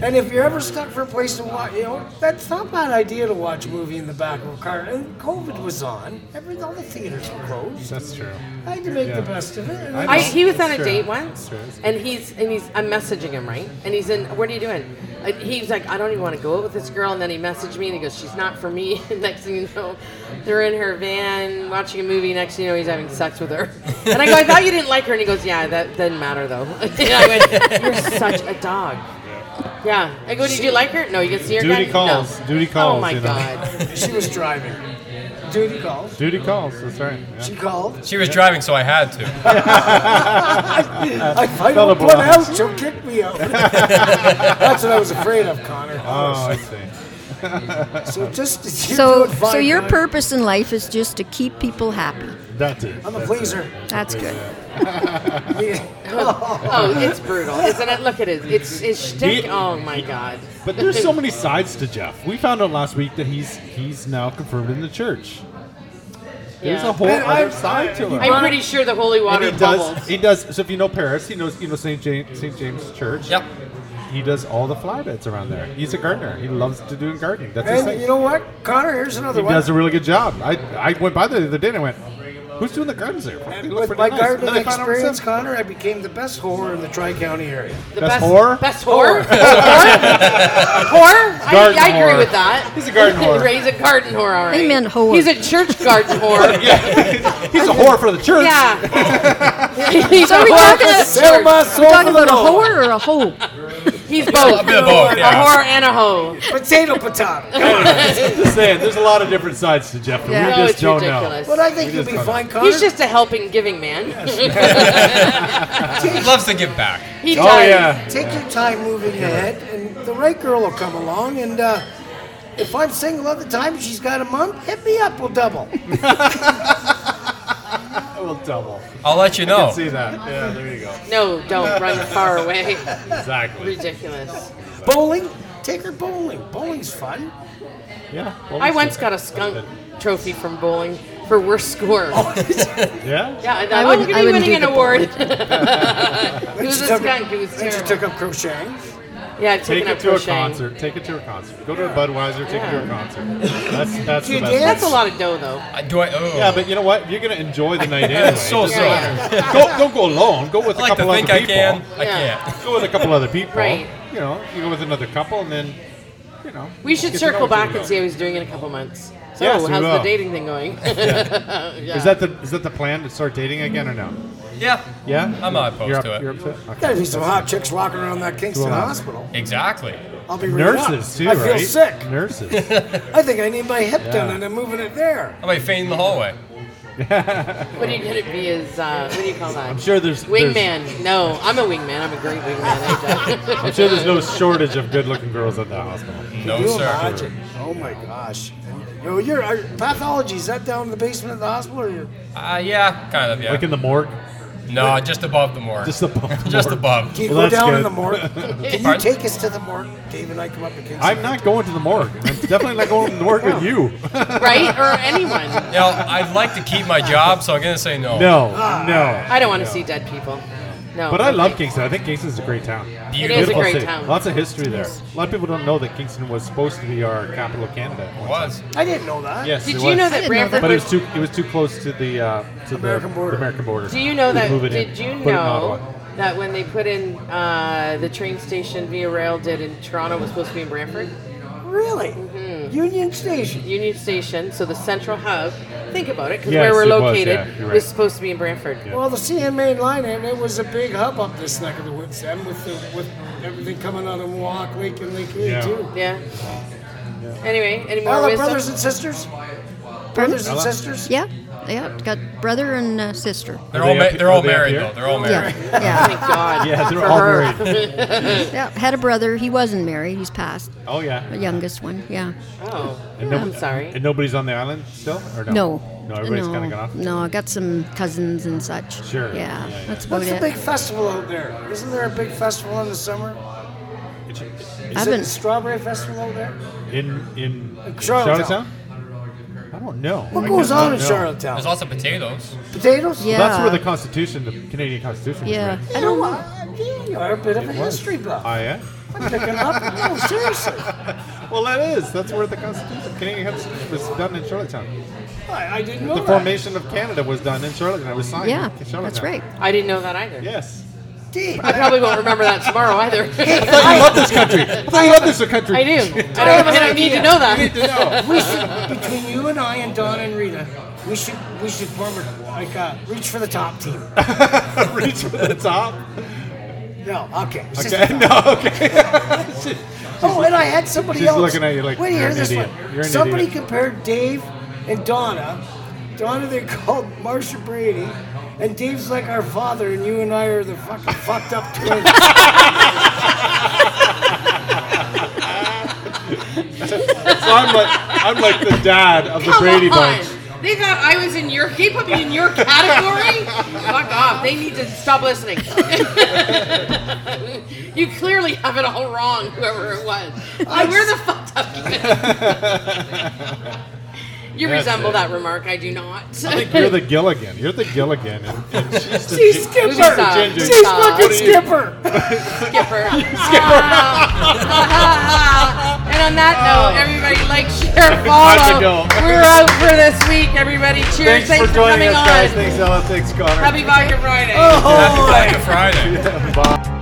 [SPEAKER 3] now. and if you're ever stuck for a place to watch, you know, that's not a bad idea to watch a movie in the back of a car. And COVID was on. Every, all the theaters were closed.
[SPEAKER 1] That's true.
[SPEAKER 3] I had to make
[SPEAKER 1] Yeah.
[SPEAKER 3] the best of it. And
[SPEAKER 1] I
[SPEAKER 2] I, he was on a
[SPEAKER 1] Sure.
[SPEAKER 2] date once,
[SPEAKER 1] Sure.
[SPEAKER 2] and he's and he's. I'm messaging him right, and he's in. What are you doing? uh, he was like, I don't even want to go out with this girl. And then he messaged me and he goes, She's not for me. And next thing you know, they're in her van watching a movie. Next thing you know, he's having sex with her. And I go, I thought you didn't like her. And he goes, Yeah, that doesn't matter though. And I went, You're such a dog. Yeah. I go, Did you like her? No, you can see her.
[SPEAKER 1] Duty
[SPEAKER 2] guy?
[SPEAKER 1] calls.
[SPEAKER 2] No.
[SPEAKER 1] Duty
[SPEAKER 2] Oh
[SPEAKER 1] calls,
[SPEAKER 2] my
[SPEAKER 1] you know.
[SPEAKER 2] God.
[SPEAKER 3] She was driving. Duty calls.
[SPEAKER 1] Duty calls. That's right. yeah.
[SPEAKER 3] She called.
[SPEAKER 5] She was driving, so I had to.
[SPEAKER 3] I finally
[SPEAKER 1] Fella
[SPEAKER 3] put
[SPEAKER 1] belongs.
[SPEAKER 3] out. She'll kick me out. That's what I was afraid of, Connor.
[SPEAKER 1] Oh, I see.
[SPEAKER 3] So just you do
[SPEAKER 4] So,
[SPEAKER 3] it fine,
[SPEAKER 4] so your
[SPEAKER 3] Connor.
[SPEAKER 4] purpose in life is just to keep people happy.
[SPEAKER 1] That's it.
[SPEAKER 3] I'm a
[SPEAKER 1] That's
[SPEAKER 3] pleaser.
[SPEAKER 1] it.
[SPEAKER 4] That's good.
[SPEAKER 2] Oh, it's brutal, isn't it? Look at it. It's his shtick.
[SPEAKER 1] He-
[SPEAKER 2] Oh my God.
[SPEAKER 1] But there's so many sides to Jeff. We found out last week that he's he's now confirmed in the church. There's
[SPEAKER 2] Yeah.
[SPEAKER 1] a whole
[SPEAKER 3] Man,
[SPEAKER 1] other
[SPEAKER 3] I'm-
[SPEAKER 1] side to him.
[SPEAKER 2] I'm pretty sure the holy
[SPEAKER 1] and
[SPEAKER 2] water
[SPEAKER 1] he
[SPEAKER 2] bubbles.
[SPEAKER 1] does. He does. So if you know Paris, he knows you know St. James St. James Church.
[SPEAKER 5] Yep.
[SPEAKER 1] He does all the flower beds around there. He's a gardener. He loves to do gardening. That's his
[SPEAKER 3] And
[SPEAKER 1] thing.
[SPEAKER 3] you know what, Connor? Here's another
[SPEAKER 1] he
[SPEAKER 3] one.
[SPEAKER 1] does a really good job. I, I went by there the other day and I went, who's doing the gardens there? They look
[SPEAKER 3] With
[SPEAKER 1] pretty
[SPEAKER 3] my
[SPEAKER 1] nice." And
[SPEAKER 3] gardening
[SPEAKER 1] then I found out it was
[SPEAKER 3] experience,
[SPEAKER 1] him.
[SPEAKER 3] Connor, I became the best whore in the Tri County area.
[SPEAKER 2] The
[SPEAKER 1] Best whore?
[SPEAKER 2] Best whore? whore? I,
[SPEAKER 1] Garden
[SPEAKER 2] I agree
[SPEAKER 1] whore.
[SPEAKER 2] with that.
[SPEAKER 1] He's a garden whore.
[SPEAKER 2] He's a garden whore, all right.
[SPEAKER 4] He meant whore.
[SPEAKER 2] He's a church garden whore. yeah.
[SPEAKER 1] He's a whore for the church.
[SPEAKER 2] He's
[SPEAKER 4] So
[SPEAKER 2] a
[SPEAKER 4] are we
[SPEAKER 2] whore
[SPEAKER 4] talking,
[SPEAKER 2] for the
[SPEAKER 3] Sell
[SPEAKER 2] church.
[SPEAKER 3] my soul
[SPEAKER 4] talking
[SPEAKER 3] for
[SPEAKER 4] about a
[SPEAKER 3] the Lord.
[SPEAKER 4] whore or a hoe?
[SPEAKER 2] He's both.
[SPEAKER 5] A bit of both,
[SPEAKER 2] A
[SPEAKER 5] yeah.
[SPEAKER 2] whore and a hoe.
[SPEAKER 3] Potato, potato.
[SPEAKER 1] Just saying, there's a lot of different sides to Jeff. that
[SPEAKER 4] Yeah.
[SPEAKER 1] We
[SPEAKER 2] No,
[SPEAKER 1] just
[SPEAKER 2] Oh, it's
[SPEAKER 1] don't
[SPEAKER 2] ridiculous.
[SPEAKER 3] But I think
[SPEAKER 1] It
[SPEAKER 3] you'll
[SPEAKER 1] is
[SPEAKER 3] be
[SPEAKER 1] Connor.
[SPEAKER 3] fine, Connor.
[SPEAKER 2] He's just a helping, giving man.
[SPEAKER 5] He loves to give back.
[SPEAKER 2] he
[SPEAKER 1] know.
[SPEAKER 2] does.
[SPEAKER 1] Oh, yeah.
[SPEAKER 3] Take your time moving ahead, and the right girl will come along. And uh, if I'm single at the time, she's got a month, hit me up, we'll double.
[SPEAKER 1] I will double.
[SPEAKER 5] I'll let you
[SPEAKER 1] I can
[SPEAKER 5] know.
[SPEAKER 1] see that. Yeah, there you go.
[SPEAKER 2] No, don't run far away.
[SPEAKER 1] Exactly.
[SPEAKER 2] Ridiculous.
[SPEAKER 3] bowling? Take her bowling. Bowling's fun.
[SPEAKER 1] Yeah.
[SPEAKER 2] I once got a skunk trophy from bowling for worst score.
[SPEAKER 1] Oh. Yeah.
[SPEAKER 2] Yeah, and
[SPEAKER 4] I
[SPEAKER 2] I wouldn't
[SPEAKER 4] wouldn't-
[SPEAKER 2] be
[SPEAKER 4] I wouldn't
[SPEAKER 2] winning
[SPEAKER 4] do
[SPEAKER 2] an
[SPEAKER 4] the
[SPEAKER 2] award.
[SPEAKER 4] bullet.
[SPEAKER 2] it was a
[SPEAKER 3] took up-
[SPEAKER 2] skunk. It was
[SPEAKER 3] Then she
[SPEAKER 2] terrible.
[SPEAKER 3] took up crocheting.
[SPEAKER 2] yeah, I've
[SPEAKER 1] Take
[SPEAKER 2] taken
[SPEAKER 1] it
[SPEAKER 2] up
[SPEAKER 1] to a
[SPEAKER 2] crocheting.
[SPEAKER 1] concert. Take it to a concert. Go to a Budweiser. Take it to a concert. That's that's
[SPEAKER 3] You
[SPEAKER 1] the best. way.
[SPEAKER 3] did?
[SPEAKER 2] That's a lot of dough, though.
[SPEAKER 5] I- Do I? Oh.
[SPEAKER 1] Yeah, but you know what? You're gonna enjoy the night anyway.
[SPEAKER 5] so
[SPEAKER 1] Just
[SPEAKER 5] so.
[SPEAKER 1] Go, don't go alone. Go with
[SPEAKER 5] I
[SPEAKER 1] a
[SPEAKER 5] like to
[SPEAKER 1] couple other
[SPEAKER 5] think I
[SPEAKER 1] people.
[SPEAKER 5] can. I
[SPEAKER 2] Yeah.
[SPEAKER 5] can't.
[SPEAKER 1] Go with a couple other people.
[SPEAKER 2] Right.
[SPEAKER 1] You know, you go with another couple, and then, you know.
[SPEAKER 2] We should
[SPEAKER 1] get to know
[SPEAKER 2] circle
[SPEAKER 1] each other.
[SPEAKER 2] back and see how he's doing in a couple months. So,
[SPEAKER 1] Yes, we
[SPEAKER 2] how's
[SPEAKER 1] will.
[SPEAKER 2] the dating thing going? Yeah.
[SPEAKER 1] Is that the is that the plan to start dating again or no?
[SPEAKER 5] Yeah.
[SPEAKER 1] Yeah.
[SPEAKER 5] I'm not opposed
[SPEAKER 1] you're up,
[SPEAKER 5] to it.
[SPEAKER 1] You're up to it. Okay.
[SPEAKER 3] Gotta be some hot chicks walking around that Kingston
[SPEAKER 1] Well.
[SPEAKER 3] hospital.
[SPEAKER 5] Exactly.
[SPEAKER 3] I'll be real
[SPEAKER 1] Nurses too,
[SPEAKER 3] I
[SPEAKER 1] right?
[SPEAKER 3] feel sick.
[SPEAKER 1] Nurses.
[SPEAKER 3] I think I need my hip
[SPEAKER 1] Yeah.
[SPEAKER 3] done, and I'm moving it there.
[SPEAKER 5] I might faint in the hallway.
[SPEAKER 2] What are you gonna be? Is uh, what do you call that?
[SPEAKER 1] I'm sure there's there's-
[SPEAKER 2] Wingman. No, I'm a wingman. I'm a great wingman.
[SPEAKER 1] I'm sure there's no shortage of good-looking girls at that hospital.
[SPEAKER 5] No,
[SPEAKER 3] you
[SPEAKER 5] sir.
[SPEAKER 3] imagine? Oh my gosh. No, you're are, pathology. Is that down in the basement of the hospital? Or you're,
[SPEAKER 5] Uh, yeah, kind of. Yeah.
[SPEAKER 1] Like in the morgue,
[SPEAKER 5] no, just above the morgue.
[SPEAKER 1] just above. the
[SPEAKER 5] Just
[SPEAKER 1] morgue.
[SPEAKER 5] above.
[SPEAKER 3] can you
[SPEAKER 1] Well,
[SPEAKER 3] go
[SPEAKER 1] that's
[SPEAKER 3] down in
[SPEAKER 1] good.
[SPEAKER 3] the morgue? Can you
[SPEAKER 5] Pardon?
[SPEAKER 3] take us to the morgue? Dave and I come up to Kingston.
[SPEAKER 1] I'm not going to the morgue. I'm definitely not going to the morgue with you.
[SPEAKER 2] right? Or anyone?
[SPEAKER 5] Now, I'd like to keep my job, so I'm gonna say no.
[SPEAKER 1] No, no.
[SPEAKER 2] I don't want to see dead people. No.
[SPEAKER 1] But I love
[SPEAKER 2] okay.
[SPEAKER 1] Kingston. I think Kingston's a great town.
[SPEAKER 5] It
[SPEAKER 2] is a
[SPEAKER 1] Beautiful
[SPEAKER 2] great
[SPEAKER 1] city.
[SPEAKER 2] town.
[SPEAKER 1] Lots of history there. A lot of people don't know that Kingston was supposed to be our capital of Canada. at
[SPEAKER 5] It
[SPEAKER 1] one
[SPEAKER 5] was.
[SPEAKER 3] I didn't know that.
[SPEAKER 1] time. Yes.
[SPEAKER 2] Did
[SPEAKER 1] it
[SPEAKER 2] you
[SPEAKER 1] was.
[SPEAKER 2] know
[SPEAKER 4] I
[SPEAKER 2] that
[SPEAKER 4] didn't know
[SPEAKER 2] Brantford?
[SPEAKER 4] that.
[SPEAKER 1] But it
[SPEAKER 2] was-
[SPEAKER 1] was too. It was too close to the uh, to
[SPEAKER 3] American
[SPEAKER 1] the
[SPEAKER 3] border.
[SPEAKER 1] American border.
[SPEAKER 2] Do you know
[SPEAKER 1] We
[SPEAKER 2] that?
[SPEAKER 1] move it in.
[SPEAKER 2] Did you
[SPEAKER 1] Put it in Ottawa.
[SPEAKER 2] know that when they put in uh, the train station Via Rail did in Toronto was supposed to be in Brantford?
[SPEAKER 3] Really?
[SPEAKER 4] Mm-hmm.
[SPEAKER 3] Union Station.
[SPEAKER 2] Union Station, so the central hub. Think about it, because
[SPEAKER 1] Yes,
[SPEAKER 2] where we're
[SPEAKER 1] it was,
[SPEAKER 2] located
[SPEAKER 1] yeah, you're
[SPEAKER 2] was
[SPEAKER 1] right.
[SPEAKER 2] supposed to be in Brantford.
[SPEAKER 3] Well, the CMA line, and it was a big hub up this neck of the woods, and with the, with everything coming out of Mohawk Lake and Lake Erie
[SPEAKER 1] Yeah.
[SPEAKER 3] too.
[SPEAKER 2] Yeah. Anyway, any more
[SPEAKER 3] All the
[SPEAKER 2] wisdom?
[SPEAKER 3] brothers and sisters. Brothers and sisters.
[SPEAKER 4] Yeah, yeah. Got brother and uh, sister.
[SPEAKER 5] They're
[SPEAKER 1] Are
[SPEAKER 5] all
[SPEAKER 1] they
[SPEAKER 5] ma-
[SPEAKER 1] up-
[SPEAKER 5] they're
[SPEAKER 1] are
[SPEAKER 5] all
[SPEAKER 1] they up
[SPEAKER 5] married
[SPEAKER 1] here?
[SPEAKER 5] though. They're all
[SPEAKER 4] Yeah,
[SPEAKER 5] married.
[SPEAKER 4] yeah,
[SPEAKER 2] Oh, Thank God.
[SPEAKER 1] Yeah, they're
[SPEAKER 2] for
[SPEAKER 1] all
[SPEAKER 2] her.
[SPEAKER 1] married.
[SPEAKER 4] yeah. Had a brother. He wasn't married. He's passed.
[SPEAKER 1] Oh yeah.
[SPEAKER 4] The youngest one. Yeah.
[SPEAKER 2] Oh,
[SPEAKER 1] And no-
[SPEAKER 2] I'm sorry.
[SPEAKER 1] And nobody's on the island still, or no?
[SPEAKER 4] No.
[SPEAKER 1] No, everybody's kind of gone off.
[SPEAKER 4] No, I got some cousins and such.
[SPEAKER 1] Sure.
[SPEAKER 4] Oh, Yeah,
[SPEAKER 1] Yeah, yeah.
[SPEAKER 4] that's about
[SPEAKER 3] What's the
[SPEAKER 4] it.
[SPEAKER 3] big festival out there? Isn't there a big festival in the summer?
[SPEAKER 1] It's- it's-
[SPEAKER 4] I've
[SPEAKER 3] Is it
[SPEAKER 4] been-
[SPEAKER 3] the Strawberry Festival out there?
[SPEAKER 1] In in
[SPEAKER 3] Charlottetown.
[SPEAKER 1] Charlottetown? I don't know.
[SPEAKER 3] What
[SPEAKER 1] I
[SPEAKER 3] goes
[SPEAKER 1] do
[SPEAKER 3] on
[SPEAKER 1] not
[SPEAKER 3] in
[SPEAKER 1] know.
[SPEAKER 5] There's
[SPEAKER 3] Charlottetown?
[SPEAKER 5] lots of potatoes.
[SPEAKER 3] Potatoes?
[SPEAKER 4] Yeah.
[SPEAKER 1] That's where the Constitution, the Canadian Constitution,
[SPEAKER 4] yeah.
[SPEAKER 1] was
[SPEAKER 4] I
[SPEAKER 3] You know
[SPEAKER 4] don't
[SPEAKER 3] what?
[SPEAKER 4] know.
[SPEAKER 3] Yeah, You're a bit of a
[SPEAKER 1] written.
[SPEAKER 3] history buff.
[SPEAKER 1] Ah, yeah.
[SPEAKER 3] I'm picking up. No, seriously.
[SPEAKER 1] Well, that is. That's where the Constitution, Canadian Constitution, was done in Charlottetown.
[SPEAKER 3] I, I didn't know
[SPEAKER 1] The
[SPEAKER 3] that.
[SPEAKER 1] formation of Canada was done in Charlottetown. It was signed.
[SPEAKER 4] Yeah,
[SPEAKER 1] in Charlottetown.
[SPEAKER 4] that's right.
[SPEAKER 2] I didn't know that either.
[SPEAKER 1] Yes.
[SPEAKER 3] deep.
[SPEAKER 2] I probably won't remember that tomorrow either.
[SPEAKER 1] I thought you love this country. I thought you love this country.
[SPEAKER 2] I do. I don't, I don't need to know
[SPEAKER 1] You need
[SPEAKER 2] that.
[SPEAKER 1] to know.
[SPEAKER 3] We should, between you and I and Don and Rita, we should we should form a, like uh, reach for the top team.
[SPEAKER 1] Reach for the top.
[SPEAKER 3] No, okay. it's just-
[SPEAKER 1] Okay. No. Okay. Shit.
[SPEAKER 3] oh, and I had somebody
[SPEAKER 1] she's
[SPEAKER 3] else.
[SPEAKER 1] looking at you like,
[SPEAKER 3] Wait,
[SPEAKER 1] "You're
[SPEAKER 3] here's
[SPEAKER 1] an
[SPEAKER 3] this
[SPEAKER 1] idiot.
[SPEAKER 3] one.
[SPEAKER 1] You're an
[SPEAKER 3] somebody
[SPEAKER 1] idiot."
[SPEAKER 3] compared Dave and Donna. Donna, they called Marsha Brady, and Dave's like our father, and you and I are the fucking fucked up twins.
[SPEAKER 1] So I'm like, I'm like the dad of the
[SPEAKER 2] Come
[SPEAKER 1] Brady
[SPEAKER 2] on.
[SPEAKER 1] Bunch.
[SPEAKER 2] They thought I was in your. They put me in your category. Fuck off. They need to stop listening. you clearly have it all wrong, whoever it was. Like, we're the fucked up. people. you
[SPEAKER 1] That's
[SPEAKER 2] resemble
[SPEAKER 1] it.
[SPEAKER 2] that remark. I do not.
[SPEAKER 1] I think you're the Gilligan. You're the Gilligan, and, and she's the
[SPEAKER 3] She's
[SPEAKER 2] Who's
[SPEAKER 3] Skipper.
[SPEAKER 2] the
[SPEAKER 1] ginger.
[SPEAKER 3] She's
[SPEAKER 2] Stop.
[SPEAKER 3] fucking Skipper.
[SPEAKER 2] Skipper. Ah. and on
[SPEAKER 1] Oh.
[SPEAKER 2] that note, everybody like, share,
[SPEAKER 1] How'd you
[SPEAKER 2] follow.
[SPEAKER 1] go?
[SPEAKER 2] We're out for this week, everybody.
[SPEAKER 1] Thanks,
[SPEAKER 2] Cheers. Thanks,
[SPEAKER 1] for joining
[SPEAKER 2] coming
[SPEAKER 1] us, guys.
[SPEAKER 2] on.
[SPEAKER 1] Thanks, Ella. Thanks, Connor.
[SPEAKER 2] Happy Vodka Friday.
[SPEAKER 3] Oh,
[SPEAKER 5] Happy Black Friday.
[SPEAKER 1] Bye.